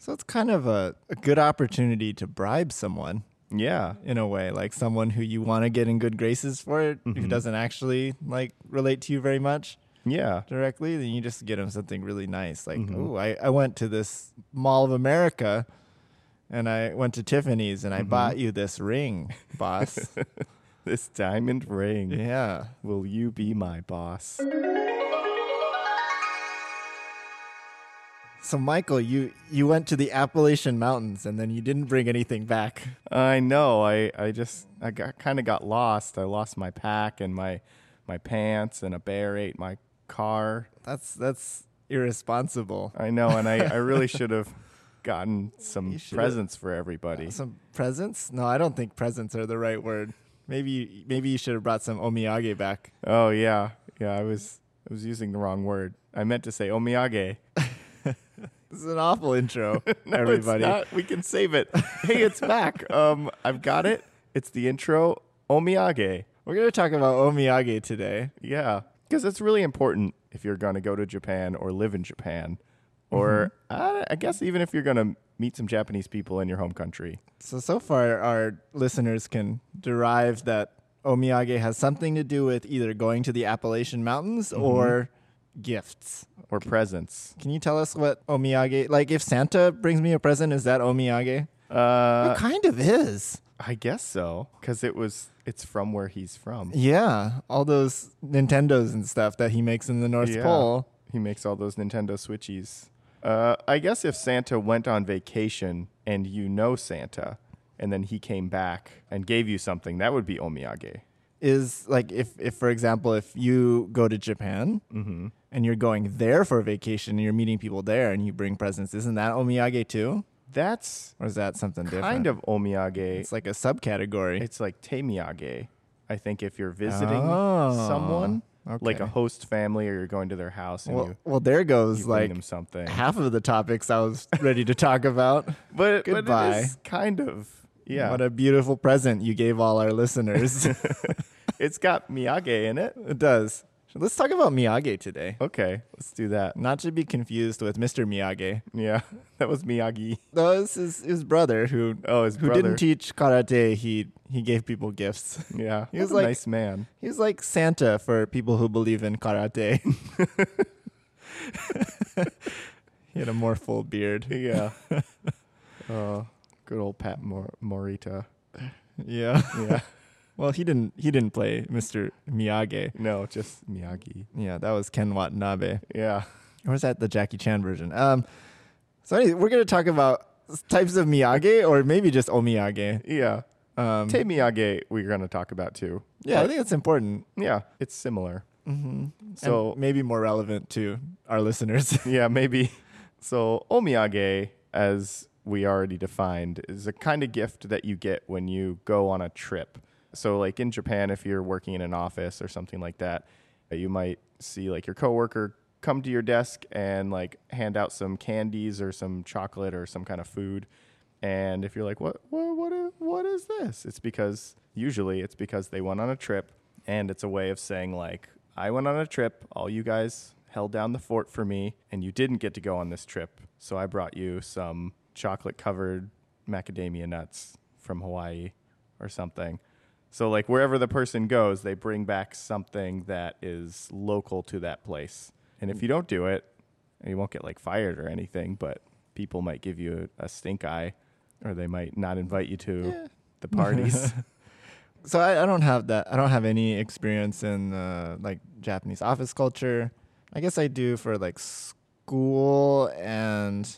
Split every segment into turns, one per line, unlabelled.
So it's kind of a, a good opportunity to bribe someone
Yeah.
in a way, like someone who you want to get in good graces for it, who doesn't actually like relate to you very much
Yeah.
directly. Then you just get them something really nice, like oh, I, I went to this Mall of America, and I went to Tiffany's and I bought you this ring, boss.
This diamond ring.
yeah,
Will you be my boss?
So Michael, you you went to the Appalachian Mountains and then you didn't bring anything back.
I know. I, I just I got kind of got lost. I lost my pack and my my pants and a bear ate my car.
That's that's irresponsible.
I know, and I, I really should have gotten some
should've-
presents for everybody.
Some presents? No, I don't think presents are the right word. Maybe you, maybe you should have brought some omiyage back.
Oh yeah, yeah. I was I was using the wrong word. I meant to say omiyage.
This is an awful intro,
No, it's
everybody.
not. We can save it. hey, it's back. Um, I've got it. It's the intro omiyage.
We're gonna talk about omiyage today.
Yeah, because it's really important if you're going to go to Japan or live in Japan, or I, I guess even if you're going to meet some Japanese people in your home country.
So so far our listeners can derive that omiyage has something to do with either going to the Appalachian Mountains
Mm-hmm.
or gifts.
Or presents.
Can you tell us what omiyage like if Santa brings me a present is that omiyage?
Uh,
it kind of is.
I guess so, because it was. It's from where he's from.
Yeah, all those Nintendos and stuff that he makes in the North
Yeah.
Pole.
He makes all those Nintendo Switchies. Uh, I guess if Santa went on vacation and you know Santa, and then he came back and gave you something, that would be omiyage.
Is like if, if for example, if you go to Japan
Mm-hmm.
and you're going there for a vacation and you're meeting people there and you bring presents, isn't that omiyage too?
That's
Or is that something different?
kind of omiyage.
It's like a subcategory.
It's like temiyage. I think if you're visiting
Oh,
someone, like
okay.
a host family, or you're going to their house and
well,
you
well, there goes
bring
like
them something.
half of the topics I was ready to talk about.
But, but
Goodbye.
it is kind of yeah.
What a beautiful present you gave all our listeners.
it's got miyage in it. Oh.
it does. Let's talk about Miyagi today.
Okay, let's do that.
Not to be confused with Mr. Miyagi.
Yeah, that was Miyagi.
No, it's his, his brother who
Oh, his
who
brother.
didn't teach karate. He he gave people gifts.
Yeah,
He was
what a
like-
nice man.
He's like Santa for people who believe in karate. he had a more full beard.
Yeah.
Oh,
uh, good old Pat Mor- Morita.
Yeah.
Yeah.
Well, he didn't he didn't play Mr. Miyagi.
no, just Miyagi.
Yeah, that was Ken Watanabe.
Yeah.
Or was that the Jackie Chan version? Um, so anyway, we're gonna talk about types of Miyagi or maybe just omiyage.
Yeah.
Um,
Te Miyage, we're going to talk about too.
yeah, I think that's important.
Yeah, it's similar. Mm-hmm.
So
So
maybe more relevant to our listeners.
yeah, maybe. So omiyage, as we already defined, is a kind of gift that you get when you go on a trip. So like in Japan, if you're working in an office or something like that, uh, you might see like your coworker come to your desk and like hand out some candies or some chocolate or some kind of food. And if you're like, what, what, what, i- what is this? It's because usually it's because they went on a trip, and it's a way of saying like, I went on a trip. All you guys held down the fort for me, and you didn't get to go on this trip, so I brought you some chocolate-covered macadamia nuts from Hawaii, or something. So like wherever the person goes, they bring back something that is local to that place. And if you don't do it, you won't get like fired or anything, but people might give you a, a stink eye or they might not invite you to the parties.
so I, I don't have that. I don't have any experience in uh, like Japanese office culture. I guess I do for like school and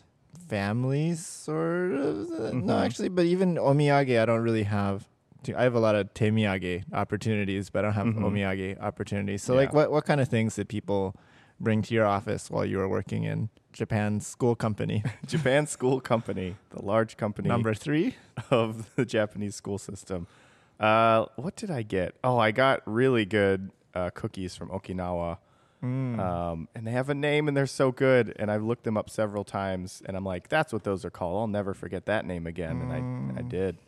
families, sort of. Uh, No,
Mhm.
actually, but even omiyage, I don't really have. To, I have a lot of temiyage opportunities, but I don't have
Mhm.
omiyage opportunities. So,
Yeah.
like, what what kind of things did people bring to your office while you were working in Japan's school company?
Japan School Company, the large company
Number three.
of the Japanese school system. Uh, what did I get? Oh, I got really good uh, cookies from Okinawa.
Mm.
Um, and they have a name and they're so good. And I've looked them up several times and I'm like, that's what those are called. I'll never forget that name again. And I, I did.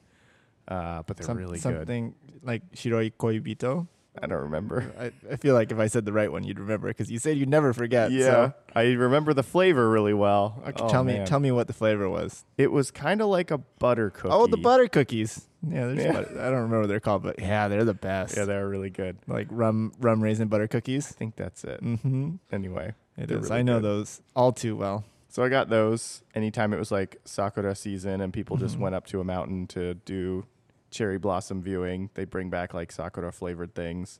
Uh, but they're
Mm. Some-
really good.
something like shiroi koibito.
I don't remember.
I, I feel like if I said the right one, you'd remember because you said you never forget.
Yeah,
So.
I remember the flavor really well.
uh, Okay,
Oh,
tell me,
man.
tell me what the flavor was.
It was kind of like a butter cookie.
Oh, the butter cookies. Yeah, there's
Yeah.
Butter. I don't remember what they're called, but yeah, they're the best.
Yeah, they're really good.
like rum, rum raisin butter cookies.
I think that's it.
Mm-hmm.
Anyway,
It
they're
is.
really
I know
good.
those all too well.
So I got those anytime it was like sakura season and people just went up to a mountain to do cherry blossom viewing. They bring back like sakura flavored things.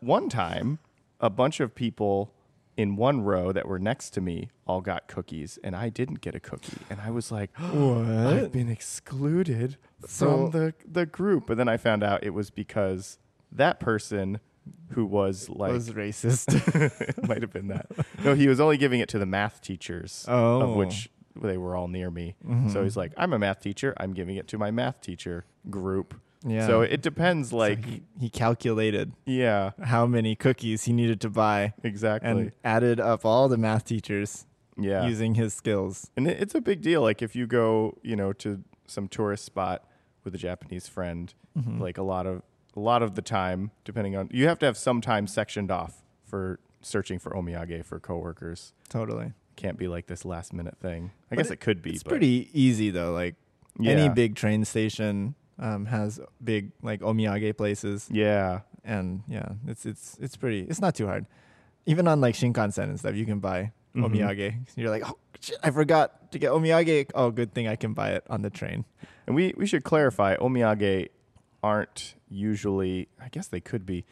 One time, a bunch of people in one row that were next to me all got cookies and I didn't get a cookie. And I was like, I've been excluded
So-
from the, the group. But then I found out it was because that person who was like
was racist.
it might have been that. No, he was only giving it to the math teachers,
Oh. Mm-hmm.
of which they were all near me. So he's like, "I'm a math teacher. I'm giving it to my math teacher group."
Yeah.
So it depends,
So
like,
he, he calculated
yeah,
how many cookies he needed to buy
exactly,
and added up all the math teachers
yeah.
using his skills.
and it, it's a big deal. Like if you go, you know, to some tourist spot with a Japanese friend,
Mm-hmm.
like a lot of a lot of the time, depending on you have to have some time sectioned off for searching for omiyage for coworkers.
Totally.
Can't be like this last minute thing. I
But
guess it, could be.
It's
but
pretty easy though. Like any
Yeah.
big train station um, has big like omiyage places,
Yeah.
and yeah, it's it's it's pretty. It's not too hard. Even on like Shinkansen and stuff, you can buy
Mhm.
omiyage. You're like, oh shit, I forgot to get omiyage. Oh, good thing I can buy it on the train.
And we, we should clarify omiyage aren't usually, I guess they could be,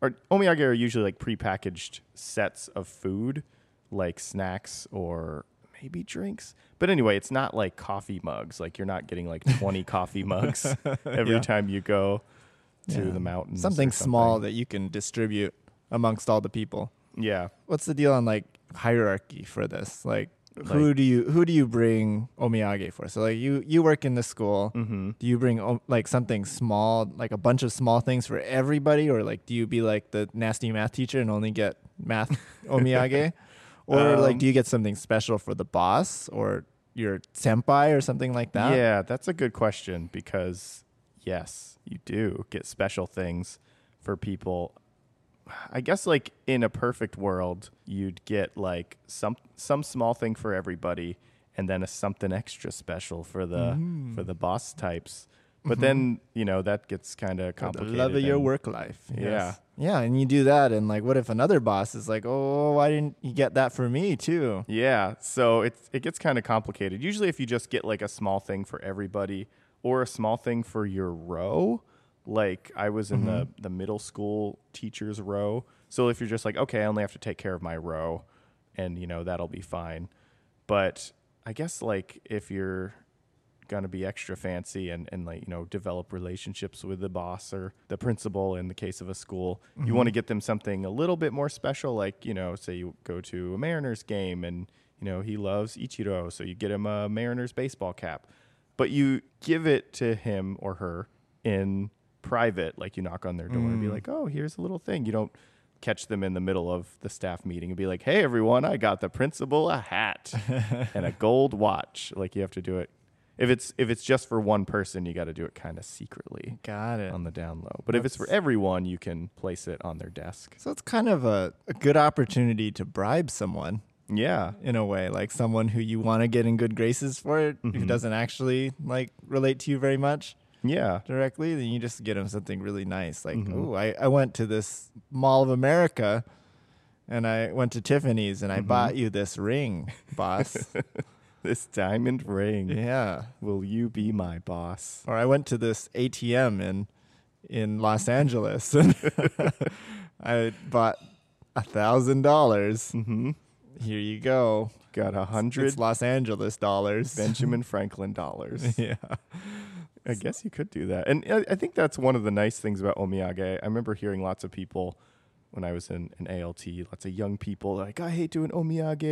or omiyage are usually like prepackaged sets of food, like snacks or maybe drinks. But anyway, it's not like coffee mugs. Like you're not getting like 20 coffee mugs every
Yeah.
time you go to
Yeah.
the mountains. or
Something small that you can distribute amongst all the people.
Yeah.
What's the deal on like hierarchy for this? Like, who do you who do you bring omiyage for? So like you you work in the school.
Mm-hmm.
Do you bring o- like something small, like a bunch of small things for everybody, or like do you be like the nasty math teacher and only get math omiyage, or like
Um,
do you get something special for the boss or your senpai or something like that?
Yeah, that's a good question because yes, you do get special things for people. I guess like in a perfect world, you'd get like some some small thing for everybody and then a something extra special for the
Mm-hmm.
for the boss types. But then, you know, that gets kind of
For the
complicated.
love Mm-hmm. of your
and-
work life. Yeah, and you do that, and like, what if another boss is like, "Oh, why didn't you get that for me too?"
Yeah, so it it gets kind of complicated. Usually, if you just get like a small thing for everybody or a small thing for your row, like I was in the the middle school teachers row. So if you're just like, okay, I only have to take care of my row, and you know that'll be fine. But I guess like if you're gonna be extra fancy and, and like you know develop relationships with the boss or the principal in the case of a school you want to get them something a little bit more special like you know say you go to a mariners game and you know he loves ichiro so you get him a mariners baseball cap but you give it to him or her in private like you knock on their door and be like oh here's a little thing you don't catch them in the middle of the staff meeting and be like hey everyone i got the principal a hat and a gold watch like you have to do it if it's if it's just for one person, you got to do it kind of secretly
Got it.
on the down low. But if it's for everyone, you can place it on their desk.
So it's kind of a, a good opportunity to bribe someone
Yeah,
in a way, like someone who you want to get in good graces for it, who
Mhm.
doesn't actually like relate to you very much
yeah,
directly. Then you just get them something really nice, like,
Mhm.
"Oh, I, I went to this Mall of America." And I went to Tiffany's and I
Mhm.
bought you this ring, boss.
this diamond ring.
yeah.
Will you be my boss?
or I went to this ATM in in Los Angeles and I bought a thousand dollars.
Mm-hmm.
Here you go.
Got a
It's
hundred
Los Angeles dollars.
Benjamin Franklin dollars.
yeah.
I guess you could do that. And uh, I, I think that's one of the nice things about omiyage. I remember hearing lots of people when I was in an ALT, lots of young people like, I hate doing omiyage.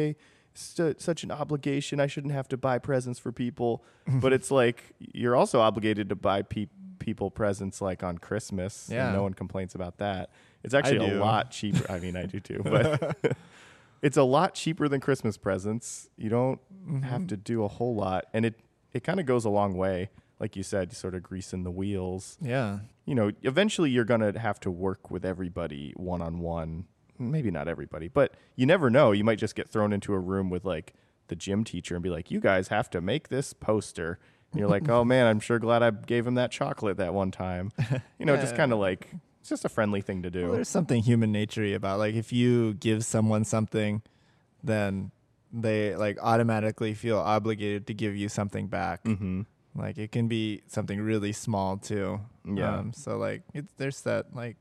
It's su- such an obligation. I shouldn't have to buy presents for people. but it's like you're also obligated to buy pe- people presents like on Christmas. and
Yeah.
no one complains about that. It's actually
do.
a lot cheaper. I mean, I do too, but it's a lot cheaper than
Mm-hmm.
Christmas presents. You don't have to do a whole lot, and it it kind of goes a long way. like you said, sort of greasing the wheels.
Yeah.
You know, eventually you're going to have to work with everybody one on one. Maybe not everybody, but you never know. You might just get thrown into a room with like the gym teacher and be like, you guys have to make this poster. And you're like, oh man, I'm sure glad I gave him that chocolate that one time. You know, just
Yeah.
kind of like, it's just a friendly thing to do.
Well, there's something human naturey about like if you give someone something, then they like automatically feel obligated to give you something back.
mm-hmm.
Like it can be something really small too. Um,
Yeah.
so like it, there's that like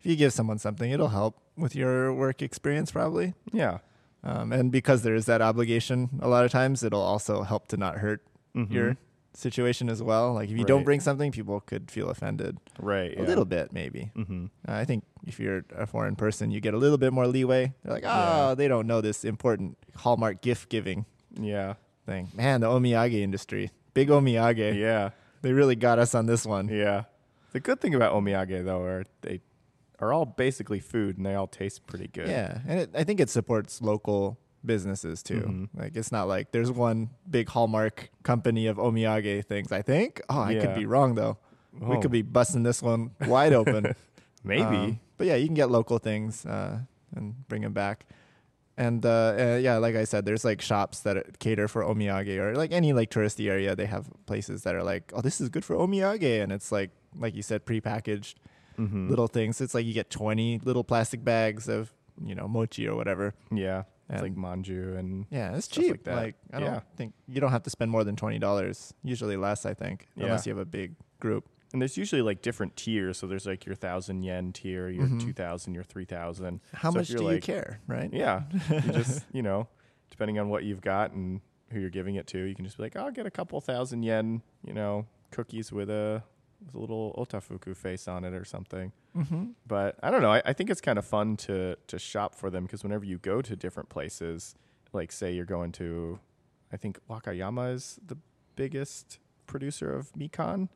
if you give someone something, it'll help with your work experience probably.
Yeah.
Um, and because there is that obligation, a lot of times it'll also help to not hurt
Mhm.
your situation as well. Like if you don't
Right.
bring something, people could feel offended
Right.
a
yeah.
little bit maybe.
Mm-hmm.
Uh, I think if you're a foreign person, you get a little bit more leeway. They're like,
Yeah.
oh, they don't know this important Hallmark gift giving
Yeah.
thing. Man, the omiyage industry, big omiyage.
Yeah.
They really got us on this one.
Yeah. The good thing about omiyage though are they are all basically food and they all taste pretty good.
Yeah, and it, I think it supports local businesses too.
Mhm.
Like it's not like there's one big Hallmark company of omiyage things. I think. Oh, I
Yeah.
could be wrong though. We
Oh.
could be busting this one wide open.
Maybe.
Um, but yeah, you can get local things uh, and bring them back. And uh, uh, yeah, like I said, there's like shops that cater for omiyage or like any like touristy area. They have places that are like, oh, this is good for omiyage, and it's like like you said, prepackaged
Mhm.
little things. It's like you get 20 little plastic bags of you know mochi or whatever.
Yeah.
And-
It's like manju and
Yeah, it's
Stuff
cheap.
like that.
Like I don't
Yeah.
think you don't have to spend more than twenty dollars. Usually less, I think,
Yeah.
unless you have a big group.
and there's usually like different tiers. So there's like your thousand yen tier, your
Mhm.
thousand, your three thousand.
How
So if
much do
you're
you
like-
care, right?
Yeah. you just you know, depending on what you've got and who you're giving it to, you can just be like, I'll get a couple thousand yen, you know, cookies with a with a little otafuku face on it or something.
Mm-hmm.
but I don't know. I, I think it's kind of fun to to shop for them because whenever you go to different places, like say you're going to, I think Wakayama is the biggest producer of mikan.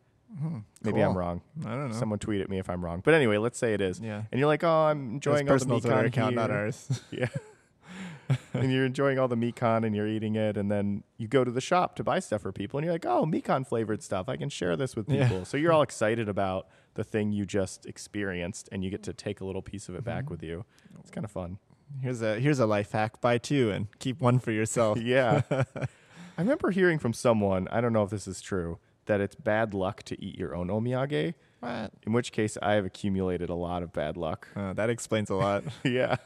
Maybe I'm wrong.
Mm-hmm. I don't know.
Someone tweet at me if I'm wrong. But anyway, let's say it is.
yeah.
And you're like, oh, I'm
That's
enjoying all the
personal Twitter
mikan
account, not
here."
ours.
Yeah. and you're enjoying all the mikan and you're eating it, and then you go to the shop to buy stuff for people, and you're like, oh, mikan flavored stuff. I can share this with
Yeah.
people. So you're all excited about the thing you just experienced, and you get to take a little piece of it
Mm-hmm.
back with you. It's kind of fun.
Here's a here's a life hack: buy two and keep one for yourself.
Yeah. I remember hearing from someone, I don't know if this is true, that it's bad luck to eat your own omiyage,
what?
in which case I have accumulated a lot of bad luck.
Uh, that explains a lot.
yeah.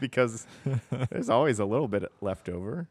Because there's always a little bit left over.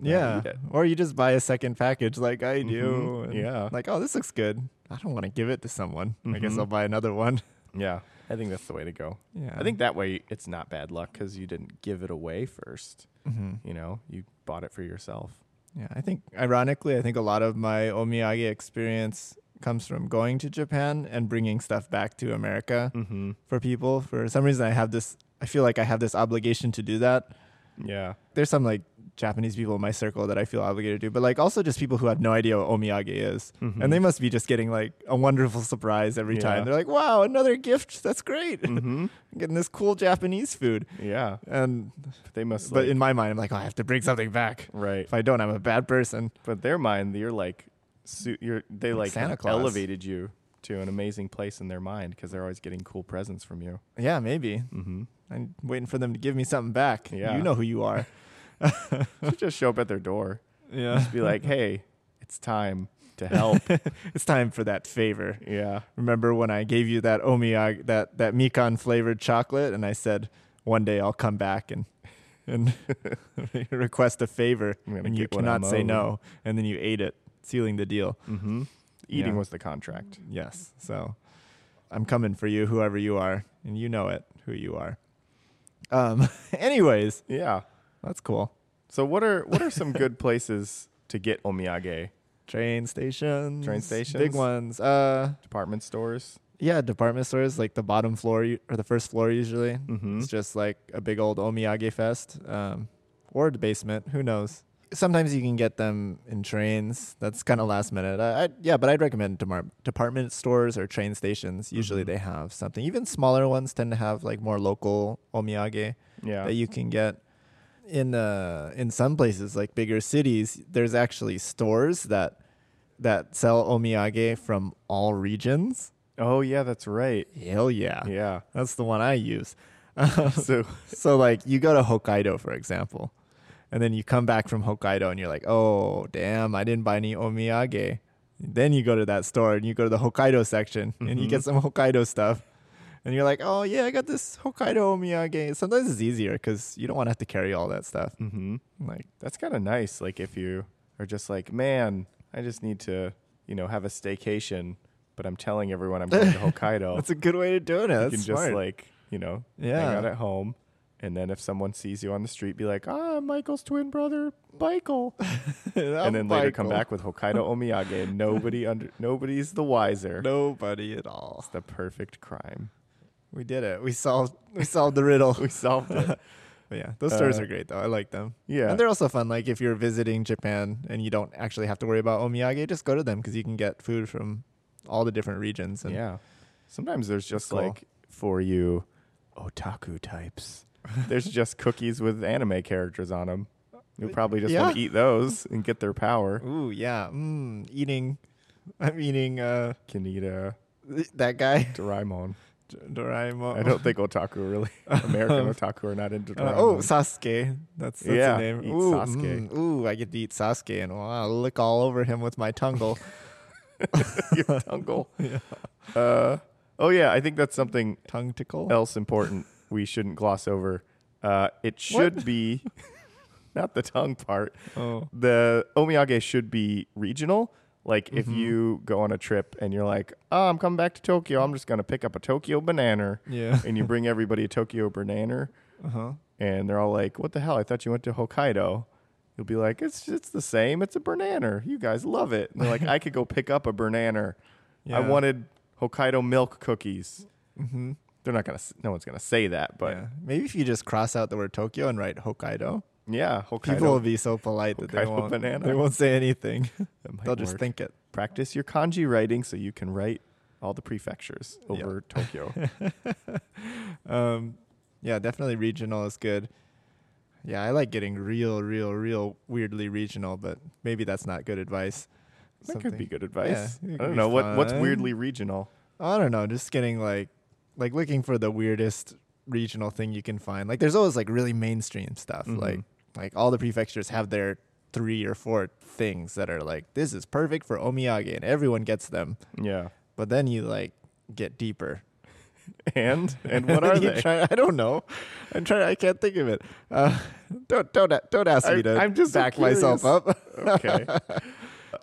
and I
yeah.
eat it.
Or you just buy a second package, like I do.
Mhm.
and
Yeah.
Like, oh, this looks good. I don't want to give it to someone. I guess
Mhm.
I'll buy another one.
Yeah, I think that's the way to go.
Yeah.
I think that way it's not bad luck because you didn't give it away first.
Mhm.
You know, you bought it for yourself.
Yeah, I think ironically, I think a lot of my omiyage experience comes from going to Japan and bringing stuff back to America
Mm-hmm.
for people. For some reason, I have this. I feel like I have this obligation to do that.
Yeah,
there's some like Japanese people in my circle that I feel obligated to, but like also just people who have no idea what omiyage is.
Mhm.
And they must be just getting like a wonderful surprise every time.
Yeah.
They're like, wow, another gift. That's great.
Mhm.
getting this cool Japanese food.
yeah.
And,
But they must.
but
like-
in my mind, I'm like, oh, I have to bring something back.
right,
If I don't, I'm a bad person.
but their mind, you're like, su- you're they
Like
like
Santa Claus.
elevated you to an amazing place in their mind because they're always getting cool presents from you.
Yeah, maybe.
Mm-hmm.
I'm waiting for them to give me something back.
Yeah.
You know who you are.
you just show up at their door,
Yeah.
be like, hey, it's time to help.
it's time for that favor.
yeah,
Remember when I gave you that omiyage, that that mikan flavored chocolate, and I said one day I'll come back and and request a favor,
I'm gonna
and you
get what I'm
cannot say
owed.
no, and then you ate it, sealing the deal.
Mm-hmm. Eating
Yeah.
was the contract.
Yes, so I'm coming for you, whoever you are, and you know it, who you are. Um. Anyways,
Yeah.
that's cool.
So what are what are some good places to get omiyage?
Train stations, big
stations?
ones. Uh,
Department stores.
yeah, department stores like the bottom floor u- or the first floor usually.
Mm-hmm.
It's just like a big old omiyage fest, um, or the basement. Who knows? Sometimes you can get them in trains. That's kind of last minute. I, I, yeah, but I'd recommend demar- department stores or train stations. Usually
Mhm.
they have something. Even smaller ones tend to have like more local omiyage
Yeah.
that you can get. In uh, in some places like bigger cities, there's actually stores that that sell omiyage from all regions.
Oh yeah, that's right.
Hell yeah.
Yeah.
That's the one I use.
So
so like you go to Hokkaido for example, and then you come back from Hokkaido and you're like, oh damn, I didn't buy any omiyage. Then you go to that store and you go to the Hokkaido section and you
Mm-hmm.
get some Hokkaido stuff, and you're like, oh yeah, I got this Hokkaido omiyage. Sometimes it's easier because you don't want to have to carry all that stuff.
mhm.
Like
that's kind of nice. Like if you are just like, man, I just need to, you know, have a staycation, but I'm telling everyone I'm going to Hokkaido.
that's a good way to do it.
Oh. you
That's
can
smart.
just like, you know,
Yeah.
hang out at home. And then if someone sees you on the street, be like, ah, Michael's twin brother, Michael. and then later come back with Hokkaido omiyage, and nobody under nobody's the wiser.
Nobody at all.
It's the perfect crime.
We did it. We solved. We solved the riddle.
We solved it.
But yeah, those stores
Uh,
are great though. I like them.
yeah.
and they're also fun. Like if you're visiting Japan and you don't actually have to worry about omiyage, just go to them because you can get food from all the different regions. And
yeah. Sometimes there's just
cool.
like for you otaku types. There's just cookies with anime characters on them. You probably just want
Uh,
to
Yeah.
eat those and get their power.
Ooh, yeah. Mm, eating. I'm eating uh,
Kaneda,
th- that guy
Doraemon.
D- Doraemon.
I don't think otaku really. American otaku are not into
Uh,
Doraemon.
oh, Sasuke. That's, that's
Yeah,
the name.
eat
ooh,
Sasuke.
mm, ooh, I get to eat Sasuke and wow, lick all over him with my tungle.
your tungle. Uh, oh yeah, I think that's something
Tongue tickle.
else important we shouldn't gloss over. Uh, it should be not the tongue part.
Oh.
The omiyage should be regional. Like if
Mm-hmm.
you go on a trip and you're like, oh, I'm coming back to Tokyo, I'm just gonna pick up a Tokyo banana,
Yeah.
and you bring everybody a Tokyo banana,
Uh huh.
and they're all like, "What the hell? I thought you went to Hokkaido." You'll be like, "It's it's the same. It's a banana. You guys love it." And they're like, "I could go pick up a banana. I
Yeah. Mm-hmm.
wanted Hokkaido milk cookies." They're not gonna. s- No one's gonna say that, but yeah,
yeah. Maybe if you just cross out the word Tokyo and write Hokkaido,
Hokkaido.
people will be so polite that they
Hokkaido
won't,
banana.
they won't say anything.
that might
They'll just
work.
think it.
Practice your kanji writing so you can write all the prefectures
Yeah.
over Tokyo.
Um, yeah, definitely regional is good. Yeah, I like getting real, real, real weirdly regional, but maybe that's not good advice.
that could
Something-
be good advice.
Yeah, it
I
could
don't
be
know what what's
fun.
weirdly regional.
I don't know, just getting like like looking for the weirdest regional thing you can find. Like there's always like really mainstream stuff.
Mhm.
Like like all the prefectures have their three or four things that are like this is perfect for omiyage and everyone gets them.
Yeah,
But then you like get deeper.
and and what are
You
they?
Try, I don't know. I'm trying. I can't think of it. Uh, don't don't don't ask
I-
me to
I'm just so
back myself
curious.
up.
okay.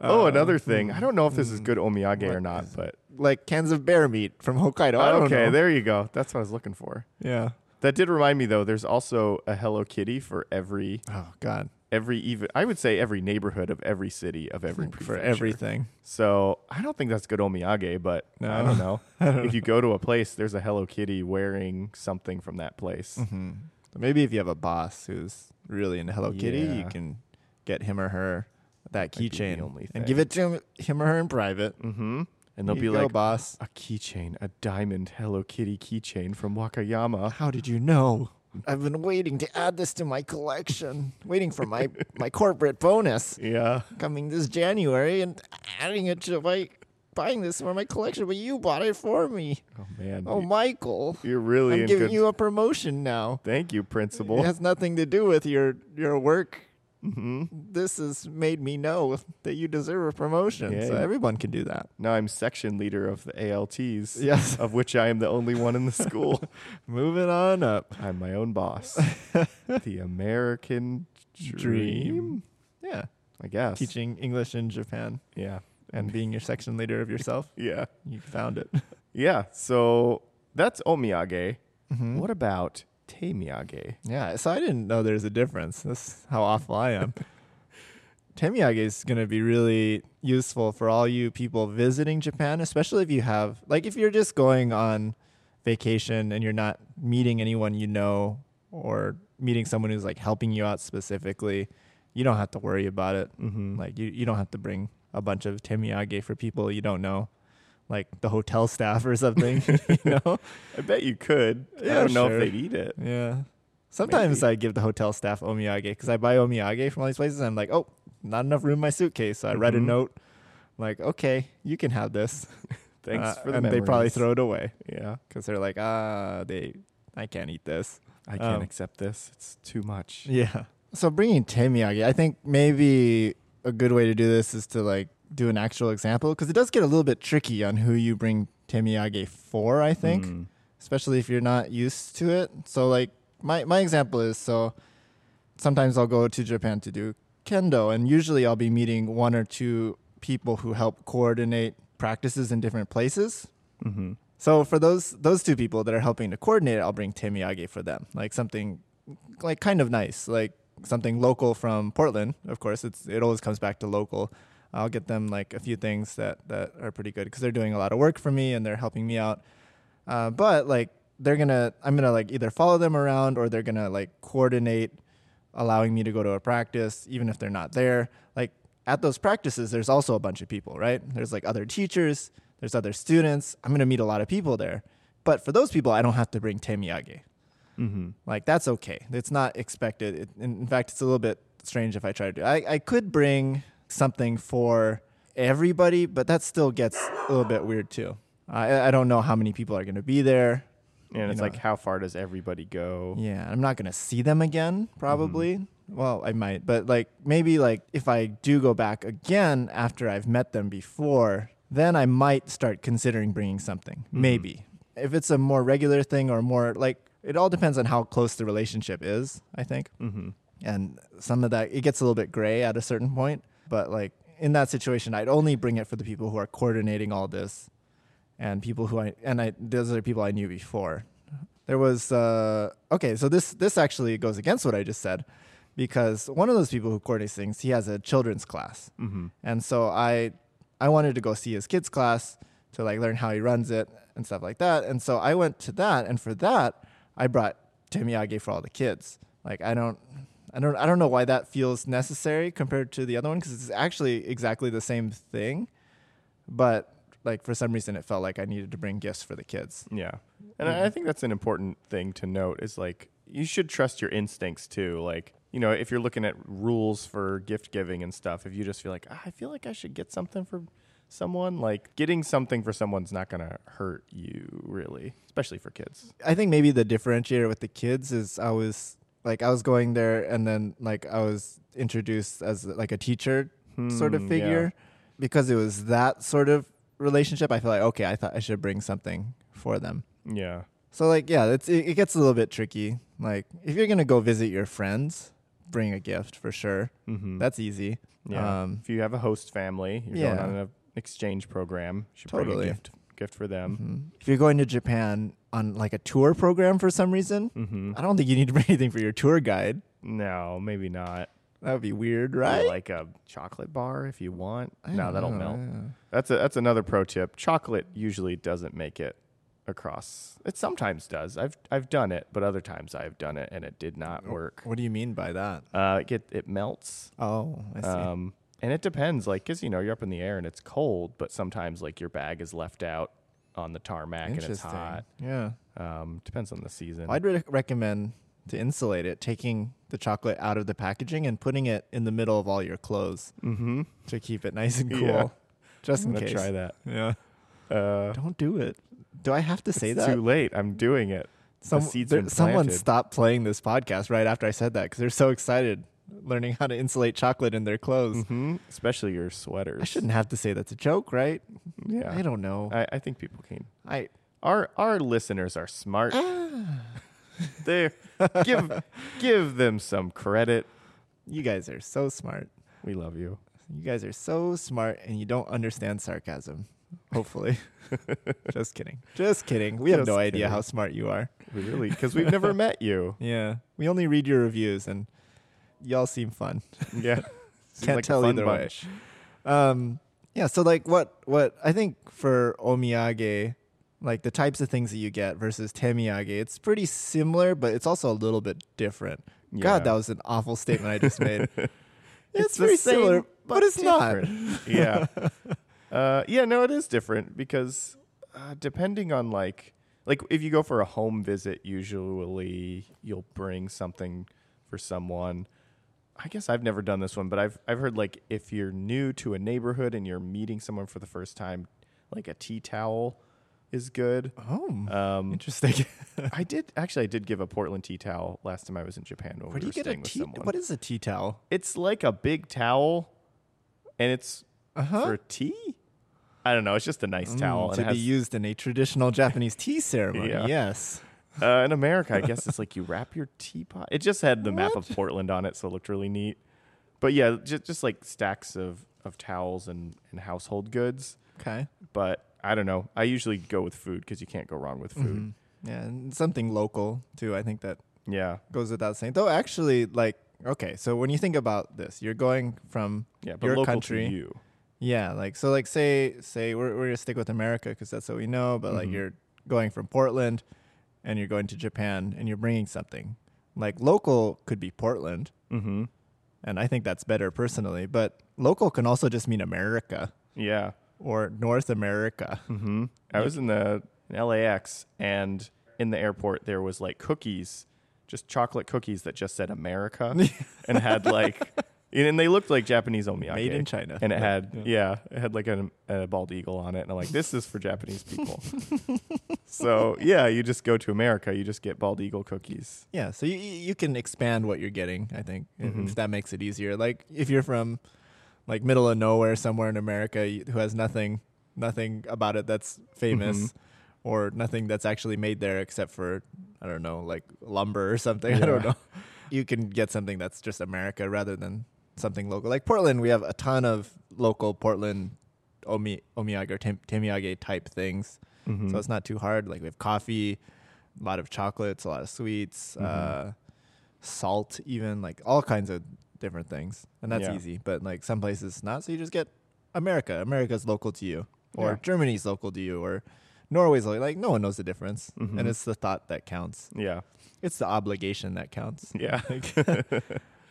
oh, another thing. I don't know if this is good omiyage or
Um, hmm. What
not,
is
but
like cans of bear meat from Hokkaido. I don't
okay,
know.
there you go. That's what I was looking for.
yeah.
That did remind me though. There's also a Hello Kitty for every
Oh God.
every even I would say every neighborhood of every city of every
For
prefecture.
everything.
So I don't think that's good omiyage, but I
No.
don't know. if you go to a place, there's a Hello Kitty wearing something from that place.
Hmm. Maybe if you have a boss who's really into Hello Kitty, you
Yeah.
can get him or her that
might be the
keychain
only
and give it to him, him or her in private.
Mm-hmm. And they'll
Here
be
you go,
like
boss,
a keychain, a diamond Hello Kitty keychain from Wakayama.
how did you know? I've been waiting to add this to my collection, waiting for my my corporate bonus
Yeah.
coming this January and adding it to my buying this for my collection. But you bought it for me.
Oh man.
Oh, Michael,
You're really
I'm
in
giving
good.
you a promotion now.
Thank you, principal.
It has nothing to do with your your work
hmm
this has made me know that you deserve a promotion.
Yeah,
so
yeah.
everyone can do that.
Now I'm section leader of the ALTs,
Yes.
of which I am the only one in the school.
Moving on up.
I'm my own boss. the American dream,
Dream. Yeah.
I guess.
Teaching English in Japan
Yeah.
and being your section leader of yourself.
Yeah.
You found it.
Yeah. So that's omiyage.
Mhm.
What about teimiyage?
Yeah. So I didn't know there's a difference. That's how awful I am. Temiyage is going to be really useful for all you people visiting Japan, especially if you have, like, if you're just going on vacation and you're not meeting anyone you know or meeting someone who's like helping you out specifically, you don't have to worry about it.
Mm-hmm.
Like you, you don't have to bring a bunch of temiyage for people you don't know, like the hotel staff or something. you know?
I bet you could. I
Yeah,
don't know
sure.
if they'd eat it.
Yeah. Sometimes
Maybe.
I give the hotel staff omiyage because I buy omiyage from all these places. And I'm like, oh, not enough room in my suitcase. So I write a
Mhm.
note like, okay, you can have this.
Thanks
Uh,
for the
And they probably
memories.
throw it away
Yeah,
because they're like, ah, they, I can't eat this.
I can't
Um,
accept this. It's too much.
Yeah. So bringing Temiyaki, I think maybe a good way to do this is to like do an actual example because it does get a little bit tricky on who you bring Temiyaki for. I think,
Mm.
especially if you're not used to it. So like my my example is so sometimes I'll go to Japan to do kendo, and usually I'll be meeting one or two people who help coordinate practices in different places.
Mhm.
So for those those two people that are helping to coordinate it, I'll bring temiyage for them, like something like kind of nice, like something local from Portland. Of course, it's it always comes back to local. I'll get them like a few things that that are pretty good because they're doing a lot of work for me and they're helping me out. Uh, but like they're gonna, I'm gonna like either follow them around or they're gonna like coordinate allowing me to go to a practice even if they're not there. Like at those practices, there's also a bunch of people, right? There's like other teachers, there's other students. I'm gonna meet a lot of people there. But for those people, I don't have to bring temiyage.
Mhm.
Like that's okay. It's not expected. It, in in fact, it's a little bit strange if I try to do. I I could bring something for everybody, but that still gets a little bit weird too. I I don't know how many people are going to be there.
And it's
know.
like, how far does everybody go?
Yeah, I'm not going to see them again probably. Well, I might, but like maybe like if I do go back again after I've met them before, then I might start considering bringing something. Maybe. If it's a more regular thing or more like it all depends on how close the relationship is, I think
Mm-hmm.
and some of that it gets a little bit gray at a certain point but like in that situation i'd only bring it for the people who are coordinating all this and people who i and i those are people i knew before there was uh okay so this this actually goes against what i just said because one of those people who coordinates things he has a children's class
Mm-hmm.
and so I I wanted to go see his kids class to like learn how he runs it and stuff like that. And so I went to that and for that I brought Temiyage for all the kids. Like I don't I don't I don't know why that feels necessary compared to the other one cuz it's actually exactly the same thing. But like for some reason it felt like I needed to bring gifts for the kids.
Yeah. And I I think that's an important thing to note is like you should trust your instincts too. Like, you know, if you're looking at rules for gift giving and stuff, if you just feel like, "Ah, I feel like I should get something for someone, like getting something for someone's not going to hurt you really, especially for kids.
I think maybe the differentiator with the kids is I was like I was going there and then like I was introduced as like a teacher sort
Hmm,
of
yeah.
figure because it was that sort of relationship. I feel like okay, I thought I should bring something for them.
Yeah.
So like yeah, it's it, it gets a little bit tricky. Like if you're gonna go visit your friends, bring a gift for sure.
Mm-hmm.
That's easy.
yeah.
Um,
if you have a host family, you're
Yeah.
going on an exchange program, you should
Totally.
bring a gift gift for them.
mhm. If you're going to Japan on like a tour program for some reason,
Mm-hmm.
I don't think you need to bring anything for your tour guide.
No, maybe not.
That would be weird,
Or
right?
Like a chocolate bar if you want.
I
no,
don't
that'll
know,
melt.
yeah.
That's a, that's another pro tip. Chocolate usually doesn't make it across. It sometimes does. I've I've done it, but other times I've done it and it did not work.
What do you mean by that?
Uh, it get it melts.
Oh, I see.
Um, and it depends, like, cause you know you're up in the air and it's cold, but sometimes like your bag is left out on the tarmac and it's hot.
Yeah.
Um, depends on the season.
I'd re- recommend to insulate it, taking the chocolate out of the packaging and putting it in the middle of all your clothes
Mm-hmm.
to keep it nice and cool.
Yeah.
Just
I'm
in
gonna
case.
try that.
Yeah.
Uh,
Don't do it. Do I have to say
it's
that?
too late. I'm doing it.
Some-
seed's
there-
been
someone
planted.
stopped playing this podcast right after I said that because they're so excited learning how to insulate chocolate in their clothes.
hmm Especially your sweaters.
I shouldn't have to say that's a joke, right?
Yeah.
I don't know.
I, I think people can
I
Our our listeners are smart.
Ah.
they give give them some credit.
you guys are so smart.
We love you.
You guys are so smart and you don't understand sarcasm. Hopefully. Just kidding. Just kidding. We have
Just
no idea
kidding.
how smart you are.
We really because we've never met you.
Yeah. We only read your reviews and y'all seem fun.
Yeah, Seems
Can't
like a
tell
fun
either
bunch.
way. Um yeah, so like what what I think for omiyage, like the types of things that you get versus temiyage, it's pretty similar, but it's also a little bit different.
Yeah.
God, that was an awful statement I just made. it's,
the
very
same,
similar, but it's not.
different. yeah, uh, yeah. No, it is different because uh, depending on like like if you go for a home visit, usually you'll bring something for someone. I guess I've never done this one, but I've I've heard like if you're new to a neighborhood and you're meeting someone for the first time, like a tea towel is good.
Oh,
Um,
interesting.
I did actually I did give a Portland tea towel last time I was in Japan when
Where
we
do
were
you get a
staying with
tea?
someone.
What is a tea towel?
it's like a big towel, and it's
Uh huh.
for tea. I don't know. It's just a nice towel.
Mm, to
and Oh, it has-
be used in a traditional Japanese tea ceremony.
Yeah.
Yes.
uh, in America, I guess it's like you wrap your teapot. It just had the map of Portland on it, so it looked really neat. But yeah, just just like stacks of of towels and and household goods.
Okay.
But I don't know. I usually go with food because you can't go wrong with food.
Yeah, and something local too. I think that
Yeah,
goes without saying. Though actually, like, okay, so when you think about this, you're going from
yeah. But
your
local
country.
to you.
Yeah, like so, like say say we're we're gonna stick with America because that's what we know. But like
Mhm.
you're going from Portland, and you're going to Japan, and you're bringing something. Like local could be Portland,
Mm-hmm.
and I think that's better personally. But local can also just mean America
Yeah.
or North America.
Mm-hmm. I was in the in LAX and in the airport there was like cookies, just chocolate cookies that just said America and had like and they looked like Japanese omiyage.
Made in China.
And it
Like,
had yeah, it had like a, a bald eagle on it and I'm like this is for Japanese people. so, yeah, you just go to America, you just get bald eagle cookies.
Yeah, so you you can expand what you're getting. I think if that makes it easier. Like if you're from like middle of nowhere somewhere in America y- who has nothing nothing about it that's famous or nothing that's actually made there except for I don't know like lumber or something. I don't
Yeah.
know. You can get something that's just America rather than something local. Like Portland, we have a ton of local Portland omi- omiyage or tem- temiyage type things.
Mm-hmm.
So it's not too hard. Like we have coffee, a lot of chocolates, a lot of sweets,
Mm-hmm.
uh, salt, even like all kinds of different things, and that's
Yeah.
easy. But like some places not, so you just get America. America's local to you, or
Yeah.
Germany's local to you, or Norway's local. Like no one knows the difference,
Mm-hmm.
and it's the thought that counts.
Yeah.
It's the obligation that counts.
Yeah.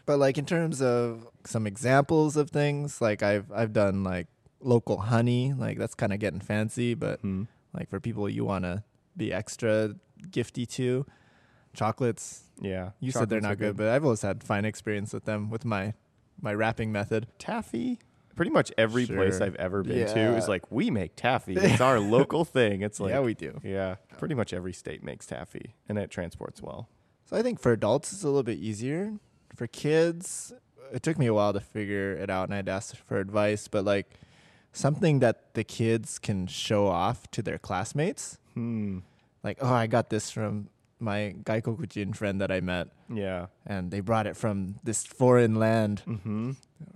But like in terms of some examples of things, like I've I've done like local honey, like that's kind of getting fancy, but
Mhm.
like for people you want to be extra gifty to, chocolates.
Yeah.
You said they're
Chocolates are
not good, but I've always had fine experience with them with my my wrapping method.
taffy. Pretty much every place
Sure.
I've ever been
Yeah.
to is like we make taffy. It's our local thing. It's like
yeah, we do.
yeah, pretty much every state makes taffy and it transports well.
So I think for adults it's a little bit easier. For kids, it took me a while to figure it out and I'd asked for advice, but like something that the kids can show off to their classmates.
Hmm.
like, oh, I got this from my Gaikokujin friend that I met,
Yeah.
and they brought it from this foreign land,
Mm-hmm.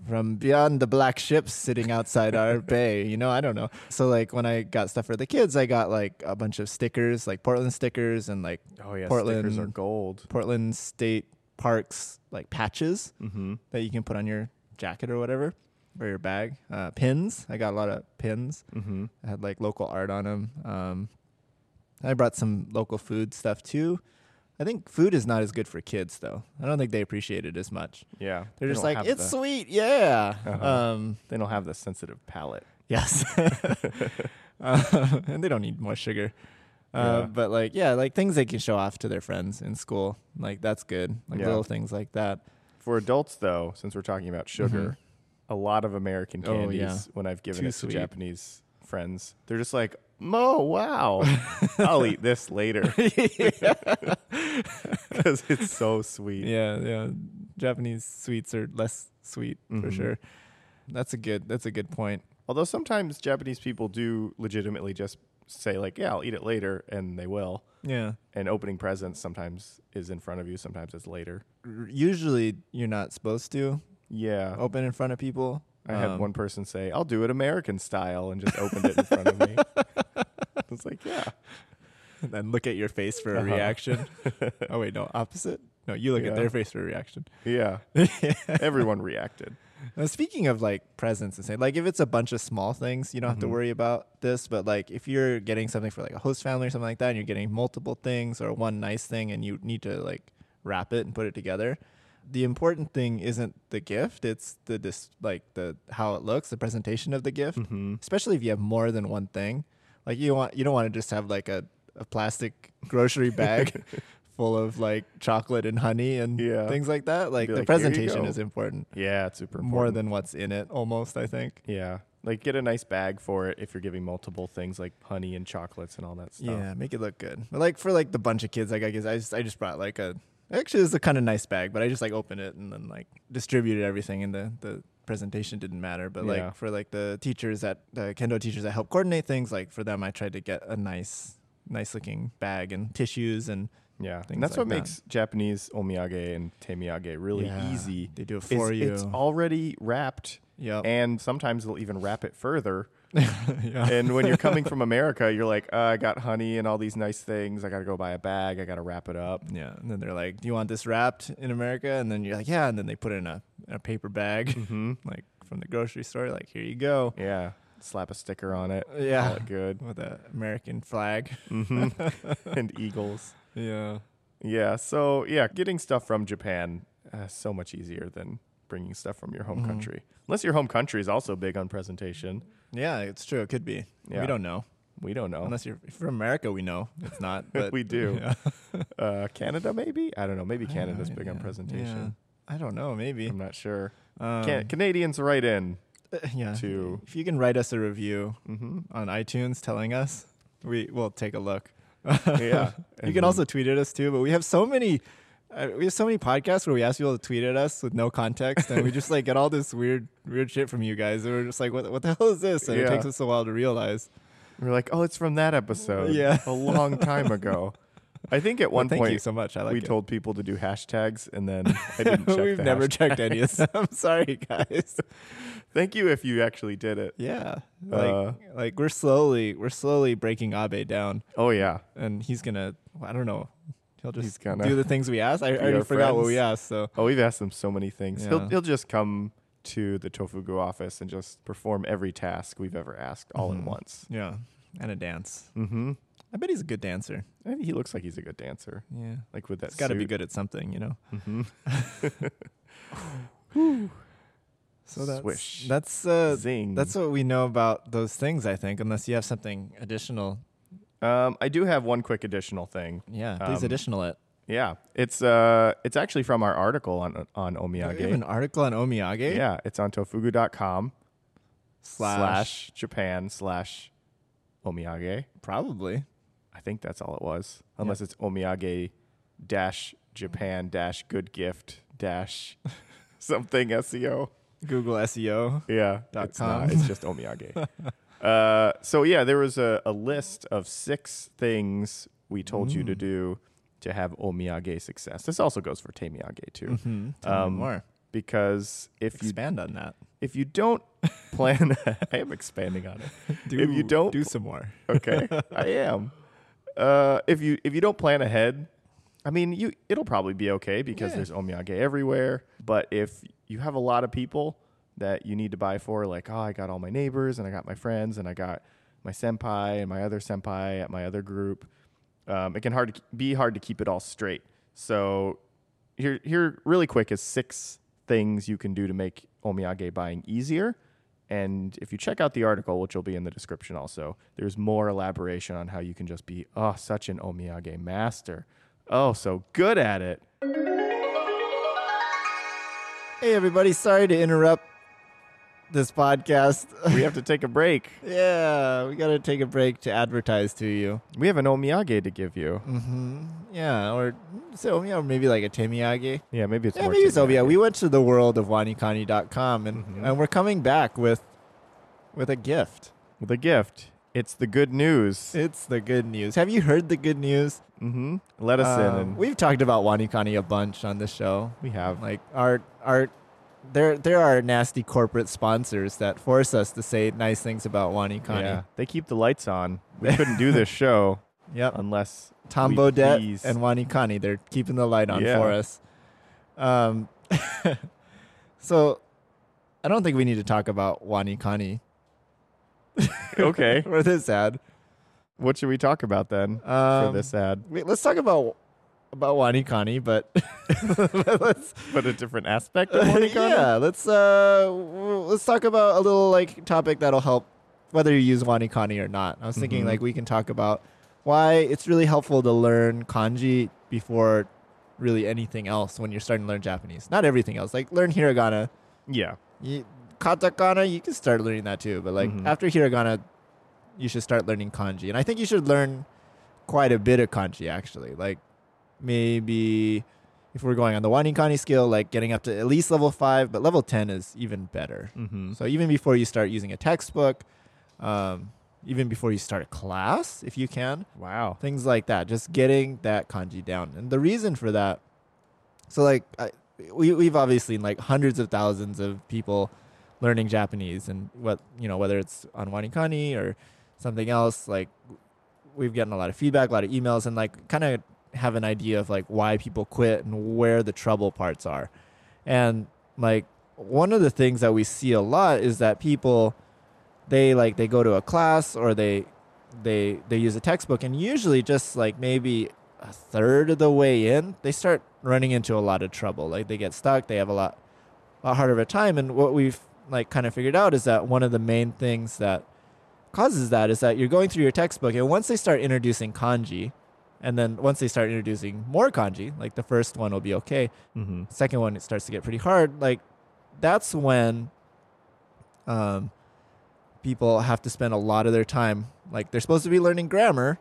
from beyond the black ships sitting outside our bay. You know, I don't know. So, like, when I got stuff for the kids, I got like a bunch of stickers, like Portland stickers, and like
Oh yeah, stickers
Portland-
are gold.
Portland State Parks, like patches
Mm-hmm.
that you can put on your jacket or whatever, or your bag. Uh, pins. I got a lot of pins.
Mm-hmm.
I had like local art on them. Um, I brought some local food stuff too. I think food is not as good for kids though. I don't think they appreciate it as much.
Yeah.
They're
They
just
don't
like,
have
it's
the,
sweet, yeah.
Uh-huh.
Um,
they don't have the sensitive palate.
yes, uh, and they don't need more sugar. Uh,
Yeah.
But like, yeah, like things they can show off to their friends in school, like that's good. Like
Yeah.
little things like that.
For adults though, since we're talking about sugar, a lot of American
Mm-hmm. Oh,
candies
yeah.
when I've given
Too
it
sweet.
to Japanese friends, they're just like, "Oh, wow. I'll eat this later." Cuz it's so sweet.
Yeah, yeah. Japanese sweets are less sweet for
Mhm.
sure. That's a good. That's a good point.
Although sometimes Japanese people do legitimately just say like, "Yeah, I'll eat it later," and they will.
Yeah.
And opening presents sometimes is in front of you, sometimes it's later.
r- usually you're not supposed to
Yeah,
open in front of people.
I had
Oh, Um,
one person say, "I'll do it American style," and just opened it in front of me. I was like, "Yeah,
and then look at your face for a
Uh-huh.
reaction. oh wait, no, opposite. No, you look
Yeah.
at their face for a reaction.
yeah." Everyone reacted.
Now, speaking of like presents and saying, like if it's a bunch of small things, you don't have
Mm-hmm.
to worry about this. But like if you're getting something for like a host family or something like that, and you're getting multiple things or one nice thing, and you need to like wrap it and put it together, the important thing isn't the gift; it's the dis- like the how it looks, the presentation of the gift.
Mm-hmm.
Especially if you have more than one thing, like you want you don't want to just have like a a plastic grocery bag full of like chocolate and honey and
Yeah.
things like that. Like
Be
the
like, "Here you
presentation
go."
is important,
Yeah, it's super important.
more than what's in it. Almost, I think.
yeah, like get a nice bag for it if you're giving multiple things like honey and chocolates and all that stuff.
Yeah, make it look good. But like for like the bunch of kids, like I guess I just I just brought like a actually it's a kind of nice bag, but I just like opened it and then like distributed everything and the the presentation didn't matter. But
Yeah.
like for like the teachers at the kendo teachers that help coordinate things, like for them I tried to get a nice nice looking bag and tissues and
Yeah,
Things
and that's
like
what
that.
makes Japanese omiyage and temiyage really
Yeah,
easy.
They do it
is
for you.
It's already wrapped,
yep.
and sometimes they'll even wrap it further.
yeah.
and when you're coming from America, you're like, uh, I got honey and all these nice things. I got to go buy a bag. I got to wrap it up.
yeah. And then they're like, "Do you want this wrapped in America?" And then you're like, "Yeah." And then they put it in a, in a paper bag,
Mm-hmm.
like from the grocery store. Like, here you go.
Yeah. Slap a sticker on it. Call
Yeah.
it good.
With the American flag.
hmm and eagles.
Yeah.
Yeah. So, yeah, getting stuff from Japan uh, so much easier than bringing stuff from your home
Mhm.
country. Unless your home country is also big on presentation.
Yeah, it's true. It could be.
Yeah.
We don't know.
We don't know.
Unless you're if you're from America, we know it's not. But
We do.
Yeah.
uh, Canada, maybe? I don't know. Maybe
I don't
Canada's
know,
big on
yeah,
presentation.
yeah. I don't know. Maybe.
I'm not sure.
Um,
Can- Canadians, write in.
yeah.
to-
If you can write us a review
hmm
on iTunes telling us, we will take a look.
Yeah.
you
And
can
then-
also tweet at us too, but we have so many. Uh, we have so many podcasts where we ask people to tweet at us with no context, and we just like get all this weird, weird shit from you guys. And we're just like, "What, what the hell is this?" And
Yeah.
it takes us a while to realize.
We We're like, oh, it's from that episode.
Yeah.
A long time ago. I think at one
But thank you
point
so much. I like
we
it.
told people to do hashtags and then I didn't check
We've
the
never
hashtag.
checked any of them. I'm sorry, guys.
Thank you if you actually did it.
Yeah, like
Uh,
like we're slowly we're slowly breaking Abe down,
Oh yeah.
and he's gonna. I don't know. He'll
He's
just
gonna
do the things we asked. I
be
already
our
forgot what we
friends.
asked. So
Oh, we've asked him so many things. He'll
Yeah.
he'll just come to the Tofugu office and just perform every task we've ever asked all
Mhm.
at once.
yeah, and a dance.
Mm-hmm.
I bet he's a good dancer.
And he looks like he's a good dancer.
Yeah,
Like with that.
it's got to be good at something, you know.
hmm
So that's
Swish.
that's uh,
Zing.
that's what we know about those things. I think, unless you have something additional.
um, I do have one quick additional thing.
Yeah, please
Um,
additional it.
Yeah, it's uh, it's actually from our article on on
Yeah,
omiyage.
you have an article on Omiyage
Yeah, it's on tofugu.com
slash,
slash, Japan slash omiyage.
probably.
I think that's all it was, unless it's omiyage dash Japan dash good gift dash something SEO.
Google E SEO.
Yeah,
Dot
it's not.
com.
It's just omiyage. uh, so yeah, there was a, a list of six things we told you
Mm.
to do to have omiyage success. This also goes for temiyage too,
Mm-hmm. Tell
Um,
me more.
because if you
Expand on that.
if you don't plan, I am expanding on it.
Do,
if you don't
do some more.
okay i am uh if you if you don't plan ahead i mean you it'll probably be okay because
Yeah.
there's omiyage everywhere but if you have a lot of people that you need to buy for like oh i got all my neighbors and i got my friends and i got my senpai and my other senpai at my other group um, it can hard be hard to keep it all straight so here here really quick is six things you can do to make omiyage buying easier. And if you check out the article, which will be in the description also, there's more elaboration on how you can just be oh such an omiyage master. Oh, so good at it.
Hey everybody, sorry to interrupt this podcast.
We have to take a break.
yeah, we got to take a break to advertise to you.
We have an omiyage to give you.
Mhm. Yeah, or so yeah, or maybe like a temiyage.
Yeah, maybe it's
Yeah,
more
maybe so.
temiyage.
Yeah, we went to the world of wanikani.com and
Mm-hmm.
and we're coming back with with a gift.
the gift. It's the good news.
It's the good news. Have you heard the good news?
mm-hmm. Let us in.
Um,
And we,
we've talked about wanikani a bunch on the show.
we have
Like our our there there are nasty corporate sponsors that force us to say nice things about Wani Kani.
yeah. They keep the lights on. We couldn't do this show
Yep.
unless
Tom
we
Baudet
please-
and Wani Kani, they're keeping the light on
Yeah.
for us. Um so I don't think we need to talk about Wani Kani
okay.
for this ad.
What should we talk about then for
Um,
this ad?
Wait, let's talk about about Wani Kani, but let's
But a different aspect of Morning
yeah, let's uh w- let's talk about a little like topic that'll help whether you use Wanikani or not. I was thinking
Mhm.
like we can talk about why it's really helpful to learn kanji before really anything else when you're starting to learn Japanese. Not everything else. Like learn hiragana.
Yeah.
You, katakana, you can start learning that too. But like
Mhm.
after hiragana, you should start learning kanji. And I think you should learn quite a bit of kanji actually. Like maybe if we're going on the wanikani scale, like getting up to at least level five, but level ten is even better.
Mm-hmm.
So even before you start using a textbook, um, even before you start a class, if you can,
Wow.
things like that. Just getting that kanji down, and the reason for that. So like I, we we've obviously seen like hundreds of thousands of people learning Japanese, and what you know whether it's on Wanikani or something else. Like we've gotten a lot of feedback, a lot of emails, and like kind of have an idea of like why people quit and where the trouble parts are, and like one of the things that we see a lot is that people they like they go to a class or they they they use a textbook and usually just like maybe a third of the way in they start running into a lot of trouble like they get stuck they have a lot a lot harder of a time and what we've like kind of figured out is that one of the main things that causes that is that you're going through your textbook and once they start introducing kanji and then once they start introducing more kanji like the first one will be okay
Mm-hmm.
second one it starts to get pretty hard like that's when um people have to spend a lot of their time like they're supposed to be learning grammar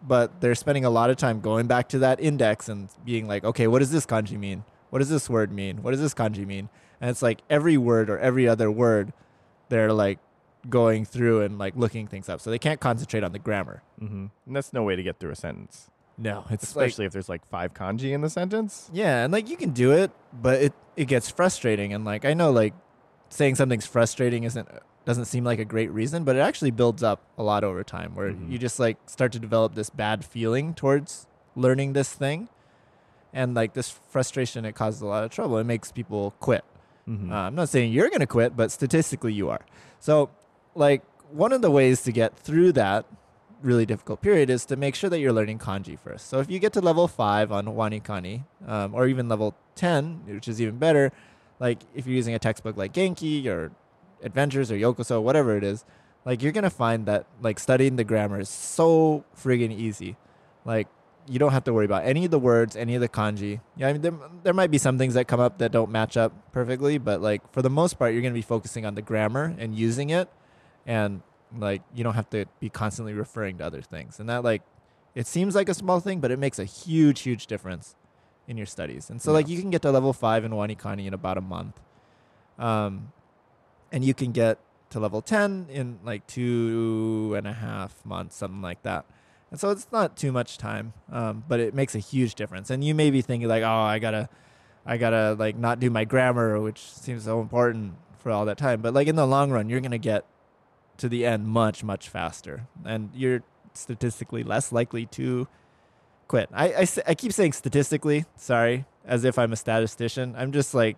but they're spending a lot of time going back to that index and being like okay what does this kanji mean what does this word mean what does this kanji mean and it's like every word or every other word they're like going through and like looking things up so they can't concentrate on the grammar
Mm-hmm. And that's no way to get through a sentence,
no it's like-
especially if there's like five kanji in the sentence.
Yeah, and like you can do it, but it it gets frustrating. And like I know, like saying something's frustrating isn't doesn't seem like a great reason, but it actually builds up a lot over time, where
Mhm.
you just like start to develop this bad feeling towards learning this thing, and like this frustration, it causes a lot of trouble. It makes people quit.
Mm-hmm.
Uh, I'm not saying you're going to quit, but statistically you are. So, like, one of the ways to get through that really difficult period is to make sure that you're learning kanji first. So, if you get to level five on Wanikani, um, or even level 10, which is even better, like, if you're using a textbook like Genki or Adventures or Yokoso, whatever it is, like, you're going to find that, like, studying the grammar is so friggin' easy. Like, you don't have to worry about any of the words, any of the kanji. Yeah, I mean, there, there might be some things that come up that don't match up perfectly, but like for the most part, you're going to be focusing on the grammar and using it, and like you don't have to be constantly referring to other things. And that like, it seems like a small thing, but it makes a huge, huge difference in your studies. And so like
Yeah.
you can get to level five in Wanikani in about a month, um, and you can get to level ten in like two and a half months, something like that. And so it's not too much time, um, but it makes a huge difference. And you may be thinking like, oh, I gotta, I gotta like not do my grammar, which seems so important for all that time. But like in the long run, you're gonna get to the end much much faster, and you're statistically less likely to quit. I I s- I keep saying statistically, sorry, as if I'm a statistician. I'm just like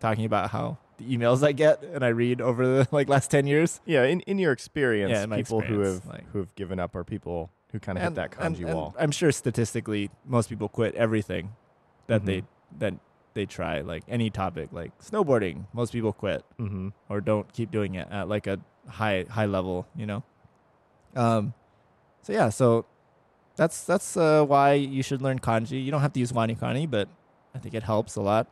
talking about how the emails I get and I read over the like last ten years.
Yeah, in, in your experience,
Yeah, in my
people
experience,
who have
like-
who have given up are people who kind of hit that kanji
and
wall.
I'm sure statistically, most people quit everything that they
Mm-hmm.
that they try, like any topic, like snowboarding. Most people quit
mm-hmm.
or don't keep doing it at like a high high level, you know. Um, so yeah, so that's that's uh, why you should learn kanji. You don't have to use wanikani, but I think it helps a lot.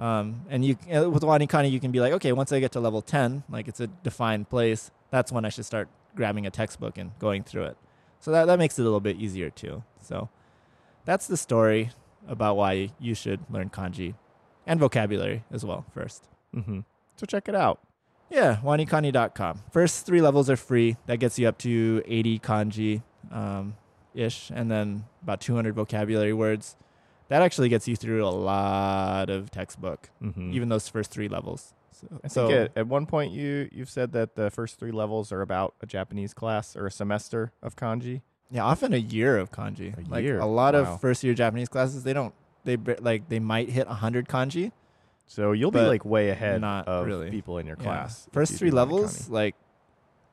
Um, and you uh, with wanikani, you can be like, okay, once I get to level ten, like it's a defined place, that's when I should start grabbing a textbook and going through it. So that that makes it a little bit easier too. So that's the story about why you should learn kanji and vocabulary as well first.
Mm-hmm. So check it out.
Yeah, wanikani.com. First three levels are free. That gets you up to 80 kanji um, ish, and then about 200 vocabulary words. That actually gets you through a lot of textbook,
Mm-hmm.
even those first three levels. So,
I
so-
think at, at one point you you've said that the first three levels are about a Japanese class or a semester of kanji.
yeah, often a year of kanji.
A
like
year,
a lot
wow.
of first year Japanese classes, they don't, they br- like, they might hit 100 kanji.
So you'll be
But
like way ahead
not
of
really.
people in your
Yeah.
class. if
First
you
three
do Wanikani.
levels, like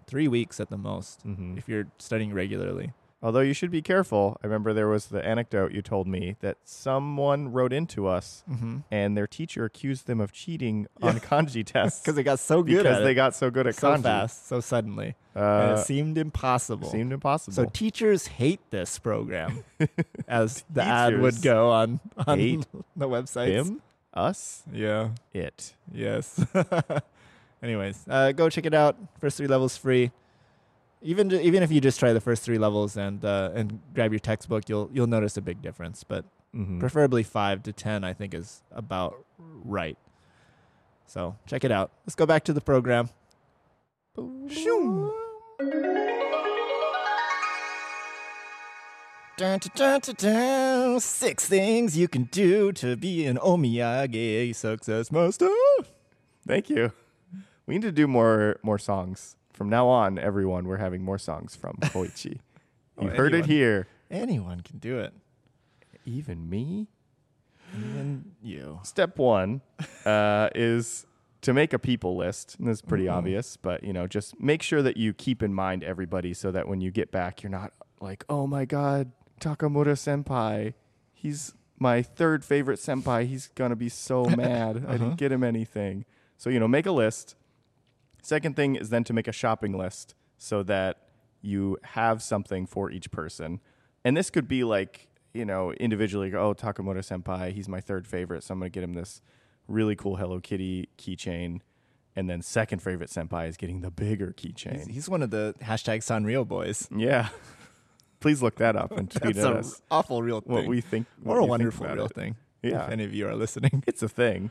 three weeks at the most,
Mhm.
if you're studying regularly.
Although you should be careful. I remember there was the anecdote you told me that someone wrote into us
Mm-hmm.
and their teacher accused them of cheating on kanji tests
Because they got so good
because
at
they
it
got so good at
so
kanji.
fast, so suddenly, and
Uh,
it seemed impossible.
seemed impossible.
so teachers hate this program, as the ad
Teachers
would go on on
hate
the website.
him, us,
Yeah.
it.
Yes. Anyways, uh, go check it out. First three levels free. Even ju- even if you just try the first three levels and uh, and grab your textbook, you'll you'll notice a big difference. But
Mhm.
preferably five to ten, I think is about right. So check it out. Let's go back to the program. Shoom. Dun, dun, dun, dun, dun. Six things you can do to be an omiyage success master.
Thank you. We need to do more more songs from now on. Everyone, we're having more songs from Koichi. you
Or
heard it
anyone.
here.
Anyone can do it.
Even me.
Even you.
Step one uh, is to make a people list. And that's pretty obvious, but you know, just make sure that you keep in mind everybody so that when you get back, you're not like, oh my god, Takamura senpai, he's my third favorite senpai. He's gonna be so mad. I didn't get him anything. So you know, make a list. Second thing is then to make a shopping list so that you have something for each person. And this could be like, you know, individually, oh, Takamoto senpai, he's my third favorite, so I'm going to get him this really cool Hello Kitty keychain. And then second favorite senpai is getting the bigger
He's,
keychain.
he's one of the hashtag Sanrio boys.
yeah. Please look that up and tweet
That's
at
an
us
awful real thing.
what we think. what
or
you
a
think
wonderful
about
real
it.
thing.
Yeah.
If any of you are listening.
It's a thing.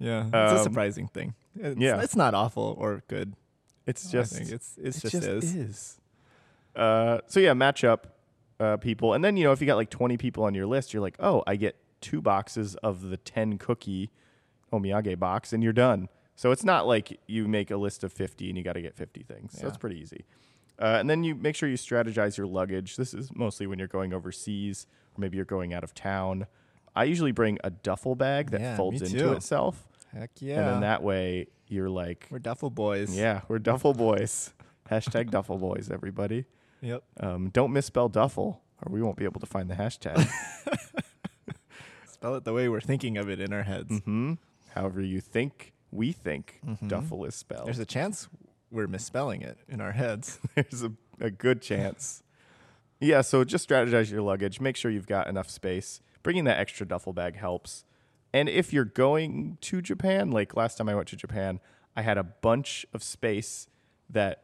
Yeah. It's
Um,
a surprising thing. It's,
yeah.
it's not awful or good.
It's
Oh, I
just
think it's it's
It
just, is.
Uh, so yeah, match up uh, people, and then you know if you got like twenty people on your list, you're like, oh, I get two boxes of the ten cookie omiyage box, and you're done. So it's not like you make a list of fifty and you got to get fifty things. So
Yeah.
it's pretty easy. Uh, and then you make sure you strategize your luggage. This is mostly when you're going overseas or maybe you're going out of town. I usually bring a duffel bag that
Yeah, me
folds
too.
into itself,
Heck yeah.
and then that way you're like,
We're duffel boys.
yeah, we're Duffel Boys. hashtag Duffel Boys, everybody.
Yep.
Um, don't misspell Duffel, or we won't be able to find the hashtag.
Spell it the way we're thinking of it in our heads.
hmm However, you think we think Duffel is spelled.
There's a chance we're misspelling it in our heads.
there's a, a good chance. Yeah, so just strategize your luggage. Make sure you've got enough space. Bringing that extra duffel bag helps. And if you're going to Japan, like last time I went to Japan, I had a bunch of space that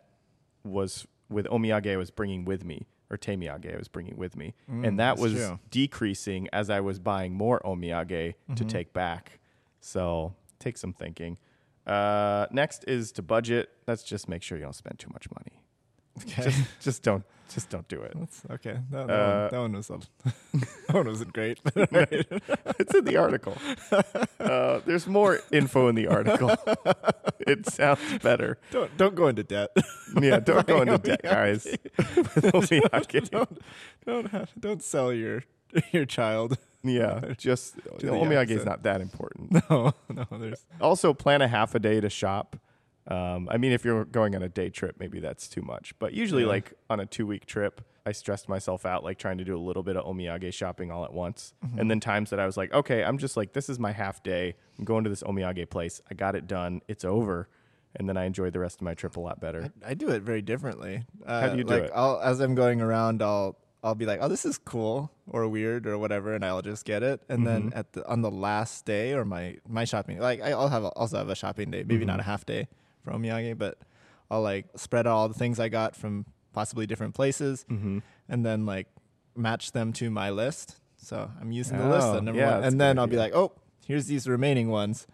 was with omiyage I was bringing with me, or teimiyage I was bringing with me. and that
Mm, that's
was
true.
decreasing as I was buying more omiyage
Mm-hmm.
to take back. So take some thinking. Uh, next is to budget. That's just make sure you don't spend too much money
Okay.
just, just don't just don't do it.
That's okay. That, that,
Uh,
one, that one was a, that one wasn't great. but
It's in the article. Uh, there's more info in the article. it sounds better.
don't don't go into debt.
Yeah, don't go
Buying
into debt, guys. With omiyage.
don't have, don't sell your your child.
yeah, just
the
omiyage is
opposite.
not that important.
No, no. There's
Also, plan a half a day to shop. Um, I mean, if you're going on a day trip, maybe that's too much. But usually,
Yeah.
like on a two week trip, I stressed myself out, like trying to do a little bit of omiyage shopping all at once.
Mm-hmm.
And then times that I was like, okay, I'm just like, this is my half day. I'm going to this omiyage place. I got it done. It's over. And then I enjoyed the rest of my trip a lot better.
I do it very differently. Uh,
do you do
like,
it?
I'll, as I'm going around, I'll I'll be like, "Oh, this is cool or weird or whatever," and I'll just get it. And
Mm-hmm.
then at the on the last day or my my shopping, like I'll have a, also have a shopping day, maybe not
Mm-hmm.
a half day for omiyage, but I'll like spread out all the things I got from possibly different places,
Mm-hmm.
and then like match them to my list. So I'm using the list
Oh,
that number
yeah,
one,
that's a
and then
good
I'll be
idea.
like, "Oh, here's these remaining ones."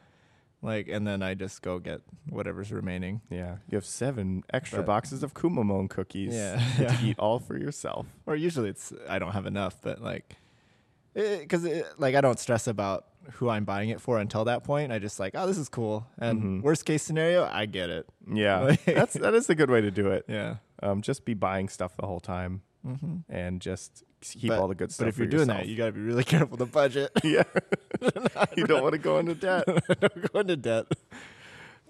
Like and then I just go get whatever's remaining.
Yeah. You have seven extra
But-
boxes of Kumamon cookies
Yeah.
to eat all for yourself.
or usually it's I don't have enough, but like, because it, like I don't stress about who I'm buying it for until that point. I just like, oh, this is cool. And
Mm-hmm.
worst case scenario, I get it.
Yeah. that's, that is a good way to do it.
Yeah.
Um, just be buying stuff the whole time and just keep
Mm-hmm. But-
all the good stuff.
But if
for
you're doing
yourself.
that, you got to be really careful to budget.
yeah, you don't want to go into debt.
don't go into debt.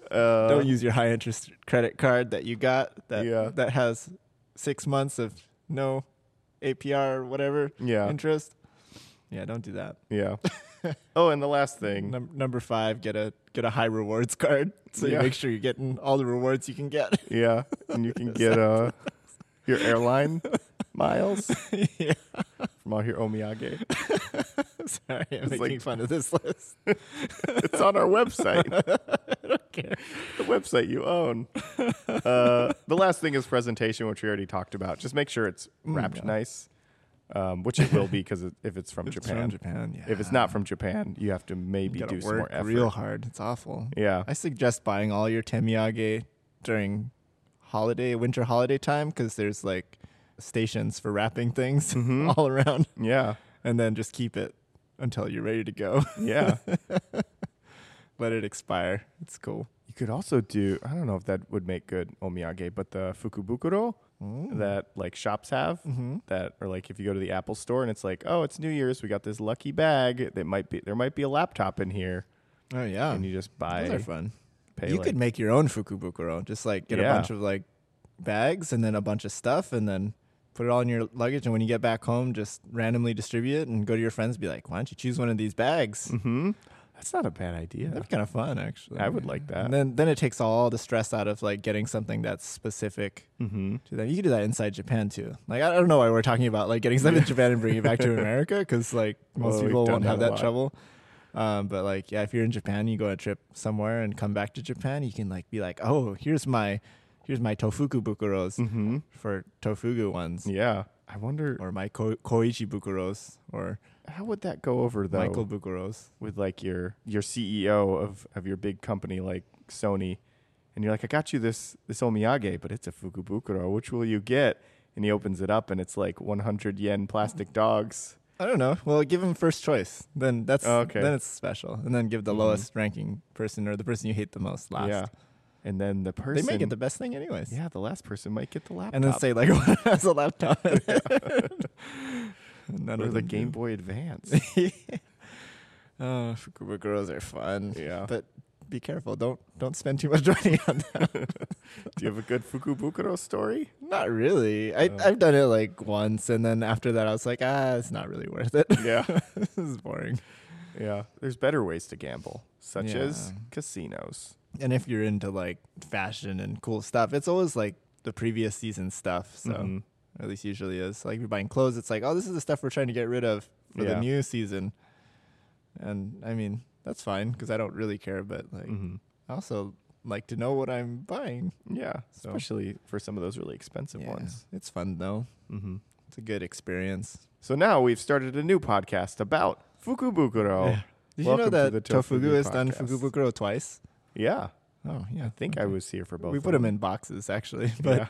Uh,
don't use your high interest credit card that you got that
Yeah.
that has six months of no APR whatever
Yeah.
interest. Yeah, don't do that.
Yeah. oh, and the last thing.
Num- number five, get a get a high rewards card so
Yeah.
you make sure you're getting all the rewards you can get.
Yeah, and you can get uh your airline miles
yeah,
from out here omiyage.
sorry, I'm
It's like-
making fun of this list.
It's on our website,
Okay.
the website you own. Uh, the last thing is presentation, which we already talked about. Just make sure it's wrapped
yeah.
nice, um, which it will be because if it's from Japan,
Japan. Yeah.
if it's not from Japan, you have to maybe
you gotta
do some more
work
effort.
real hard. It's awful.
Yeah,
I suggest buying all your temiyage during holiday, winter holiday time, because there's like stations for wrapping things
Mm-hmm.
all around,
yeah,
and then just keep it until you're ready to go.
yeah.
Let it expire. It's cool.
You could also do I don't know if that would make good omiyage, but the fukubukuro that like shops have
Mm-hmm.
that or like if you go to the Apple store and it's like, "Oh, it's New Year's, we got this lucky bag. That might be there might be a laptop in here."
Oh yeah,
And you just buy
those are fun.
pay
you
like-
could make your own fukubukuro. Just like get
Yeah.
a bunch of like bags and then a bunch of stuff, and then put it all in your luggage. And when you get back home, just randomly distribute it and go to your friends. And be like, why don't you choose one of these bags?
That's not a bad idea.
That'd be kind of fun, actually.
Mm-hmm. I would like that.
And then then it takes all the stress out of like getting something that's specific
Mm-hmm.
to them. You can do that inside Japan too. Like I I don't know why we're talking about like getting something in Japan and bringing it back to America because like most
Well, we've
people
done
won't have
that a
that
lot.
trouble. Um, but like yeah, if you're in Japan, you go on a trip somewhere and come back to Japan, you can like be like, oh, here's my here's my tofuku bukuros for tofugu ones,
Mm-hmm. Yeah. I wonder
or my ko- koichi bukuros, or
how would that go over though
Michael bukuros.
with like your your CEO of of your big company like Sony, and you're like, I got you this this omiyage, but it's a fukubukuro. Which will you get? And he opens it up, and it's like 100 yen plastic dogs.
I don't know. Well, give him first choice. Then that's
Oh, okay.
then it's special, and then give the
Mhm.
lowest ranking person or the person you hate the most last.
Yeah, and then the
they
person
may get the best thing anyways.
yeah the last person might get the laptop
and then say like, "One has a laptop." None
or the
them
Game
do.
Boy Advance.
Oh, Fukuba girls are fun.
yeah,
but be careful. Don't don't spend too much money on them.
do you have a good fukubukuro story?
Not really. I
Oh.
I've done it like once, and then after that, I was like, ah, it's not really worth it.
Yeah,
this is boring.
yeah. There's better ways to gamble, such as
Yeah.
casinos.
and if you're into like fashion and cool stuff, it's always like the previous season stuff. So
Mhm.
or at least usually is. Like if you're buying clothes, it's like, oh, this is the stuff we're trying to get rid of for
Yeah.
the new season. And I mean, that's fine because I don't really care, but like
Mhm.
I also like to know what I'm buying.
Yeah,
So-
especially for some of those really expensive
Yeah.
ones.
It's fun though.
Mm-hmm.
It's a good experience.
So now we've started a new podcast about Fukubukuro. Yeah.
Yeah. Did
Welcome
you
to
know
the
that Tofugu
Tofugu
has done
podcast.
Fukubukuro twice? Oh yeah,
I think I was here for both.
we
of
put
them.
them in boxes actually, but
Yeah.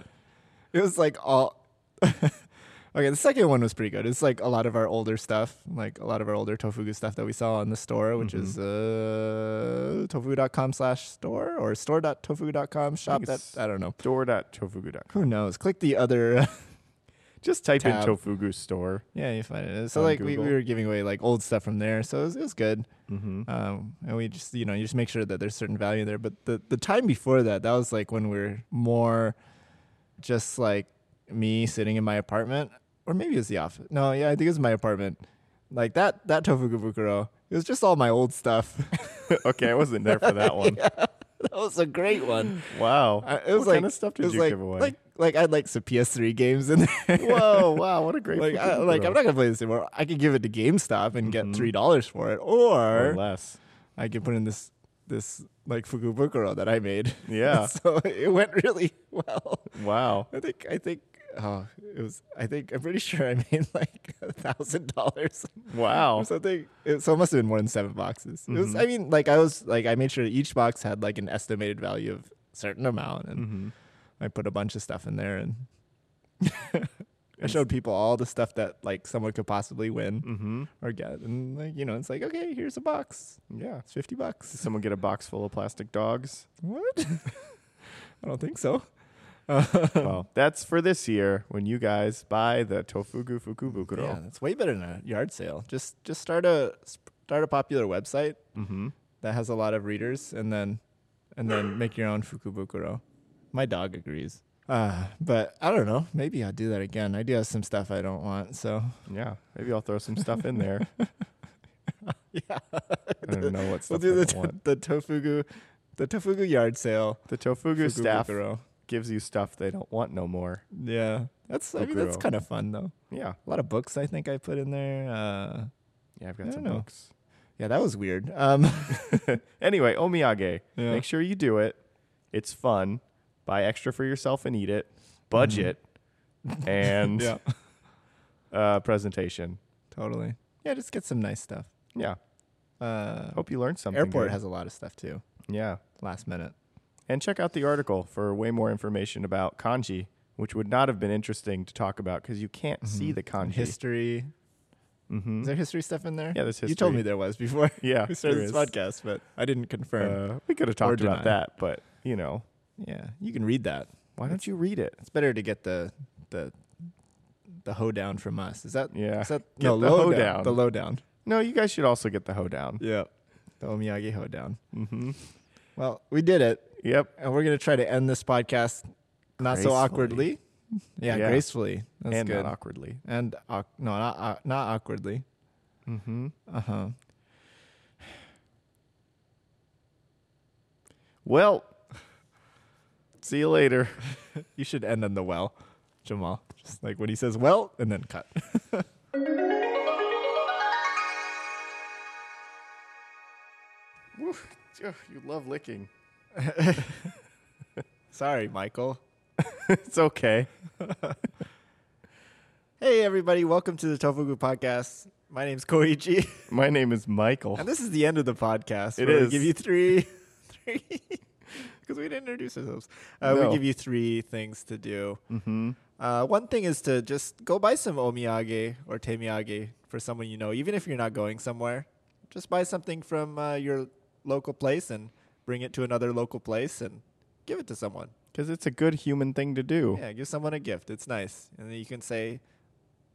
it was like all. okay, the second one was pretty good. It's like a lot of our older stuff, like a lot of our older tofugu stuff that we saw in the store, which is
Mm-hmm.
uh, tofugu.com slash store or store.tofugu.com shop. That
it's-
I don't know.
store.tofugu.com.
Who knows? Click the other.
Just type
Tab.
in Tofugu store.
yeah, you find it. So
On
like we, we
Google.
were giving away like old stuff from there, so it was, it was good.
Mm-hmm.
Um, and we just, you know, you just make sure that there's certain value there. But the, the time before that, that was like when we are more just like me sitting in my apartment, or maybe it was the office. No, yeah, I think it was my apartment. Like that, that tofuku bukuro, it was just all my old stuff.
okay, I wasn't there for that one.
that was a great one.
Wow.
I, Uh, it was
what
like,
kind of stuff
it
did
was
you
like,
give away?
Like, like I had like some PS3 games in there.
Whoa, wow, what a great
like, I, like I'm
Fukubukuro.
not gonna play this anymore. I could give it to GameStop and get three dollars for it,
Mm-hmm. Or less.
I can put in this this like fukubukuro that I made.
Yeah.
so it went really well.
Wow.
I think I think oh it was I think I'm pretty sure I made like a thousand dollars
Wow.
or something. It, so it must have been more than seven boxes. It was I mean like I was like I made sure each box had like an estimated value of certain amount and
Mhm.
I put a bunch of stuff in there and I showed people all the stuff that like someone could possibly win
Mhm.
or get and like you know it's like okay here's a box
Yeah.
it's fifty bucks
Did someone get a box full of plastic dogs?
What? I don't think so.
well, that's for this year when you guys buy the Tofugu Fukubukuro.
Yeah, that's way better than a yard sale. Just just start a start a popular website
Mm-hmm.
that has a lot of readers, and then and then make your own fukubukuro. My dog agrees. Uh, but I don't know. Maybe I'll do that again. I do have some stuff I don't want. So
Yeah, maybe I'll throw some stuff in there.
yeah,
I don't know what
we'll
stuff
do
I
the
don't want.
the tofugu, the tofugu yard sale.
The tofugu staff
Bukuro.
gives you stuff they don't want no more.
Yeah, that's I mean, that's
Bukuro.
kind of fun though.
Yeah,
A lot of books I think I put in there. Uh,
yeah, I've
I
got
don't
some
know.
books.
yeah, that was weird. Um,
Anyway, omiyage.
Yeah.
Make sure you do it. It's fun. Buy extra for yourself and eat it. Budget and
Mm-hmm. yeah,
uh, presentation.
totally. Yeah, just get some nice stuff.
Yeah.
Uh,
Hope you learned something.
airport
good.
has a lot of stuff too.
Yeah.
Last minute.
And check out the article for way more information about kanji, which would not have been interesting to talk about because you can't see the
And
kanji.
history.
Mhm.
Mm-hmm. Is there history stuff in there?
Hmm? Yeah, there's
You told
history.
me there was before
Yeah,
we started this
there is.
podcast, but I didn't confirm.
Uh, we could have talked
Or deny.
about that, but you know,
yeah, you can read that.
why don't you read it?
It's better to get the the the hoedown from us. Is that
Yeah.
Is that
Get
no
the
lowdown?
hoedown.
The lowdown.
No, you guys should also get the hoedown.
Yeah, the Omiyagi hoedown.
Mm-hmm.
Well, we did it,
Yep.
and we're gonna try to end this podcast not so
Gracefully.
awkwardly. Yeah,
Yeah.
gracefully. That's
and
good.
not awkwardly.
and au- no, not au- not awkwardly.
Mm-hmm.
Uh huh.
Well, see you later.
You should end on the well, Jamal. Just like when he says well, and then cut.
Woo, oh, you love licking.
Sorry, Michael.
It's okay.
Hey, everybody. Welcome to the Tofugu Podcast. My name's Koichi,
My name is Michael.
and this is the end of the podcast.
It
where
is.
We give you three, three, because we didn't introduce ourselves. Uh,
No.
We give you three things to do.
Mm-hmm.
Uh, one thing is to just go buy some omiyage or temiyage for someone you know, even if you're not going somewhere. Just buy something from uh, your local place and bring it to another local place and give it to someone.
Because it's a good human thing to do.
Yeah, give someone a gift. It's nice. And then you can say,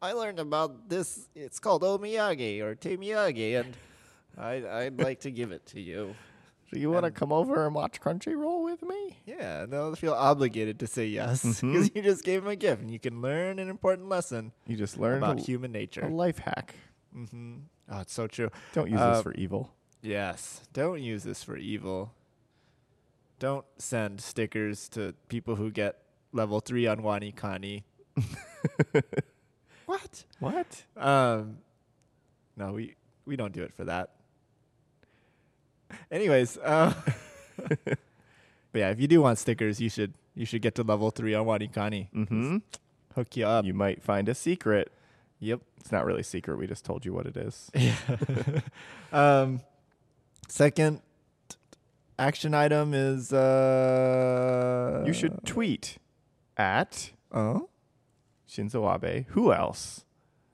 I learned about this. It's called omiyage or temiyage, and I, I'd like to give it to you.
So you want to
And-
come over and watch Crunchyroll with me?
Yeah, and they'll feel obligated to say yes because you just gave them a gift and you can learn an important lesson
You just learned
about
a,
human
a
nature.
life hack.
hmm Oh, it's so true.
Don't use
Uh,
this for evil.
Yes, don't use this for evil. Don't send stickers to people who get level three on Wani Kani. what?
What?
Um, no, we we don't do it for that. Anyways, uh, but yeah, if you do want stickers, you should you should get to level three on Wani Kani.
Mm-hmm.
Hook you up.
You might find a secret.
Yep.
It's not really secret. We just told you what it is.
Um, second action item is uh,
you should tweet at
Oh,
Shinzo Abe. Who else?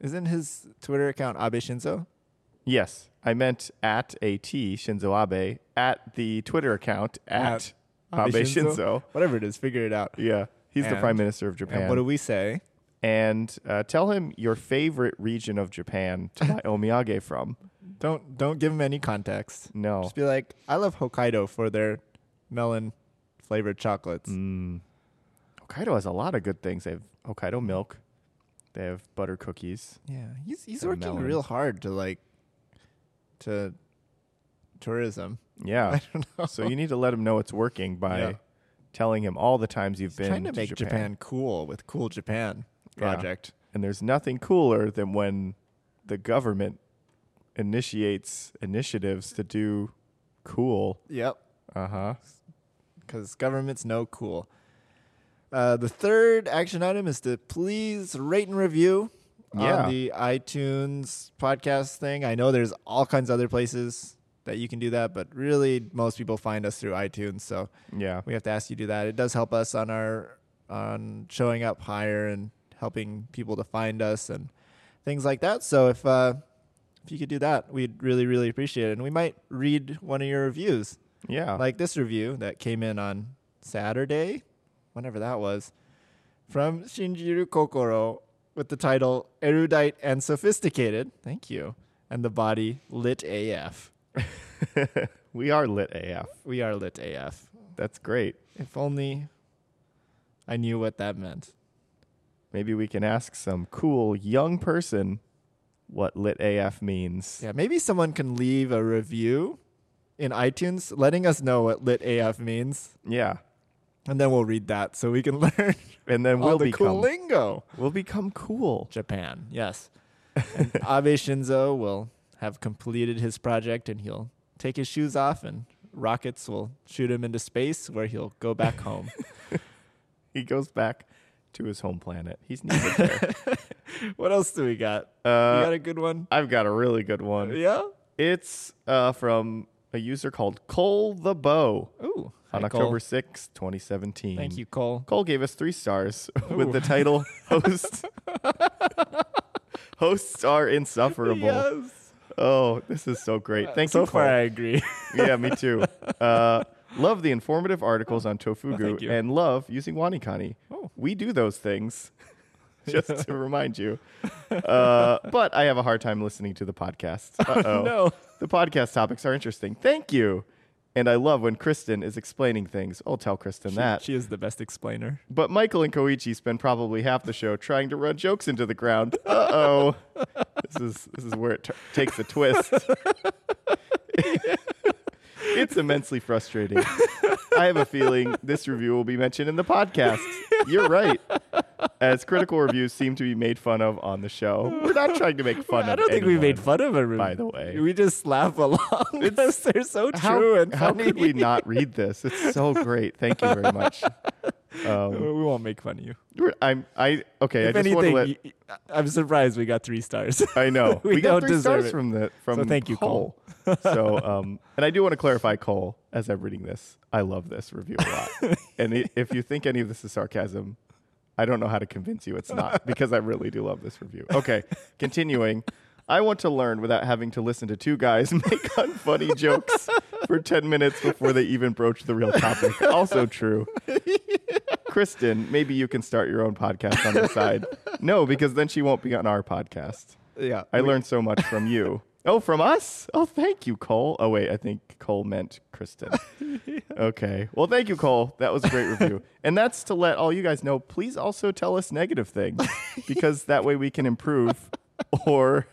isn't his Twitter account Abe Shinzo?
Yes, I meant at at Shinzo Abe at the Twitter account at, Abe, Shinzo.
Whatever it is, figure it out.
Yeah, he's the
And-
prime minister of Japan.
And
And,
what do we say?
uh, tell him your favorite region of Japan to buy omiyage from.
Don't don't give him any context.
No,
Just be like, I love Hokkaido for their melon flavored chocolates.
mm. Hokkaido has a lot of good things. They have Hokkaido milk. They have butter cookies.
Yeah, he's he's
Their
working
melon.
real hard to like to tourism.
Yeah,
I don't know.
so you need to let him know it's working by
Yeah.
telling him all the times you've
He's
been
trying to make Japan.
Japan.
cool with Cool Japan
Yeah.
project.
And there's nothing cooler than when the government initiates initiatives to do cool.
Yep.
Uh huh.
because government's no cool. Uh, the third action item is to please rate and review
Yeah.
on the iTunes podcast thing. I know there's all kinds of other places that you can do that, but really most people find us through iTunes, so
Yeah.
we have to ask you to do that. It does help us on our on showing up higher and helping people to find us and things like that. So if uh, if you could do that, we'd really really appreciate it, and we might read one of your reviews
Yeah.
like this review that came in on Saturday, whenever that was, from Shinjiru Kokoro with the title Erudite and Sophisticated. Thank you. And the body Lit AF.
we are lit AF.
We are Lit AF.
That's great.
If only I knew what that meant.
Maybe we can ask some cool young person what lit AF means.
Yeah, maybe someone can leave a review in iTunes letting us know what lit AF means,
Yeah.
and then we'll read that so we can learn
And then
all
we'll
the
become
cool lingo.
we'll become cool.
Japan, yes. And Abe Shinzo will have completed his project and he'll take his shoes off and rockets will shoot him into space where he'll go back home.
He goes back to his home planet. He's needed there.
what else do we got? you
Uh,
got a good one?
I've got a really good one.
Yeah?
It's uh, from a user called Cole the Bow
Ooh.
on
Hi, Cole.
October sixth, 2017.
Thank you, Cole.
Cole gave us three stars with
Ooh.
the title Host. Hosts are insufferable.
Yes.
Oh, this is so great. Thank
so
you.
far,
Cole.
I agree.
yeah, me too. Uh, love the informative articles on
Oh. thank
Tofugu
you.
and love using WaniKani.
Oh.
We do those things, just to remind you. Uh, but I have a hard time listening to the podcast. Uh-oh.
no.
The podcast topics are interesting. Thank you. And I love when Kristen is explaining things. I'll tell Kristen that.
She is the best explainer.
but Michael and Koichi spend probably half the show trying to run jokes into the ground. Uh oh, this is this is where it t- takes a twist. it's immensely frustrating. I have a feeling this review will be mentioned in the podcast. You're right, as critical reviews seem to be made fun of on the show. We're not trying to make fun of.
I don't think we made
anyone.
fun of her.
by the way.
we just laugh along because they're so
How,
true and
how
funny.
could we not read this? It's so great. Thank you very much. Um,
We won't make fun of you.
we're- I'm I okay. I
if
just want to
anything,
let
y- y- I'm surprised we got three stars.
I know.
We
we,
don't
got three
deserve
stars
it.
from the from
So thank you,
Cole. so um and I do want to clarify Cole as I'm reading this. I love this review a lot. and i if you think any of this is sarcasm, I don't know how to convince you it's not because I really do love this review. Okay, continuing. I want to learn without having to listen to two guys make unfunny jokes for 10 minutes before they even broach the real topic. Also true. Kristen, maybe you can start your own podcast on the side. No, because then she won't be on our podcast.
yeah,
I learned so much from you. oh, from us? Oh, thank you, Cole. Oh, wait, I think Cole meant Kristen. Okay. Well, thank you, Cole. That was a great review. And that's to let all you guys know please also tell us negative things because that way we can improve or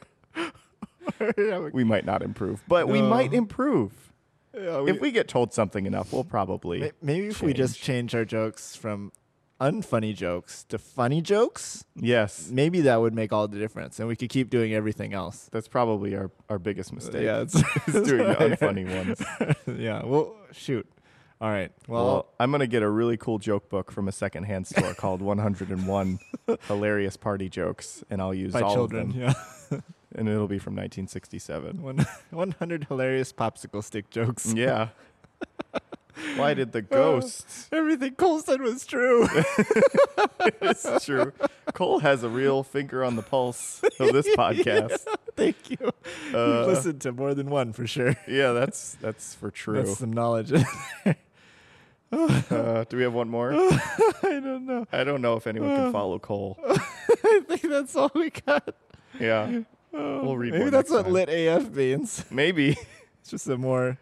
we might not improve, but we
No.
might improve.
Yeah, we-
If we get told something enough, we'll probably.
May- Maybe if we just change our jokes from unfunny jokes to funny jokes,
yes.
maybe that would make all the difference, and we could keep doing everything else.
That's probably our, our biggest mistake.
Yeah, it's-
is doing the unfunny ones.
yeah. Well, shoot. All right. Well,
Well, I'm gonna get a really cool joke book from a secondhand store called 101 Hilarious Party Jokes, and I'll use
by
all
children.
of them,
Yeah.
and it'll be from 1967.
One, 100 hilarious popsicle stick jokes.
yeah. Why did the ghosts?
Everything Cole said was true.
it's true. Cole has a real finger on the pulse of this podcast.
Thank you.
Uh,
You've listened to more than one for sure.
Yeah, that's that's for true.
That's some knowledge.
Uh, do we have one more?
I don't know.
I don't know if anyone
Uh,
can follow Cole.
I think that's all we got.
Yeah, we'll read.
Maybe
one
that's
next
what
time.
lit AF means.
Maybe
It's just a more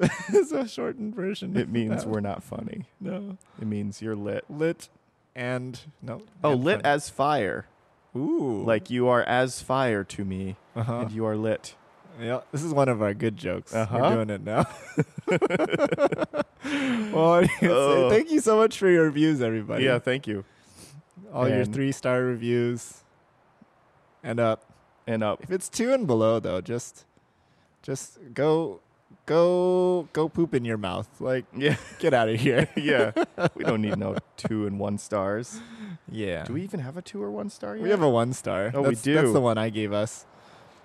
it's a shortened version.
it means
Uh,
we're not funny.
no
It means you're lit.
lit and no.
Oh,
and
lit
fun.
as fire.
ooh
Like you are as fire to me,
uh-huh.
and you are lit.
yeah. This is one of our good jokes.
Uh-huh.
We're doing it now. well, I can say
Oh.
thank you so much for your reviews, everybody.
Yeah, thank you.
all your
and-
three star reviews and up.
And uh, up.
If it's two and below, though, just just go go go poop in your mouth. Like
Yeah,
get out of here.
yeah. we don't need no two and one stars.
Yeah.
Do we even have a two or one star yet?
We have a one star.
Oh, we
that's, That's
do.
the one I gave us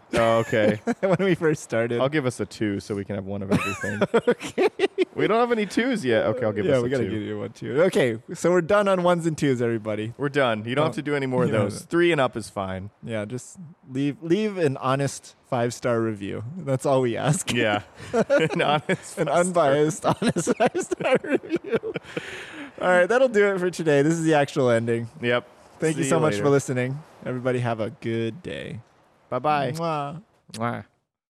Oh, okay.
when we first started.
I'll give us a two so we can have one of everything. We don't have any twos yet. Okay, I'll give
yeah,
us
we
a
gotta
two.
give you one too. Okay, so we're done on ones and twos, everybody.
We're done. You don't have to do any more of
Oh, Yeah.
those. Three and up is fine.
Yeah, just leave leave an honest five star review. That's all we ask.
Yeah. An honest.
An unbiased, honest five star review. All right, that'll do it for today. This is the actual ending.
Yep.
Thank you
See
so much
later.
for listening. Everybody, have a good day.
Bye bye.
Mwah.
Mwah.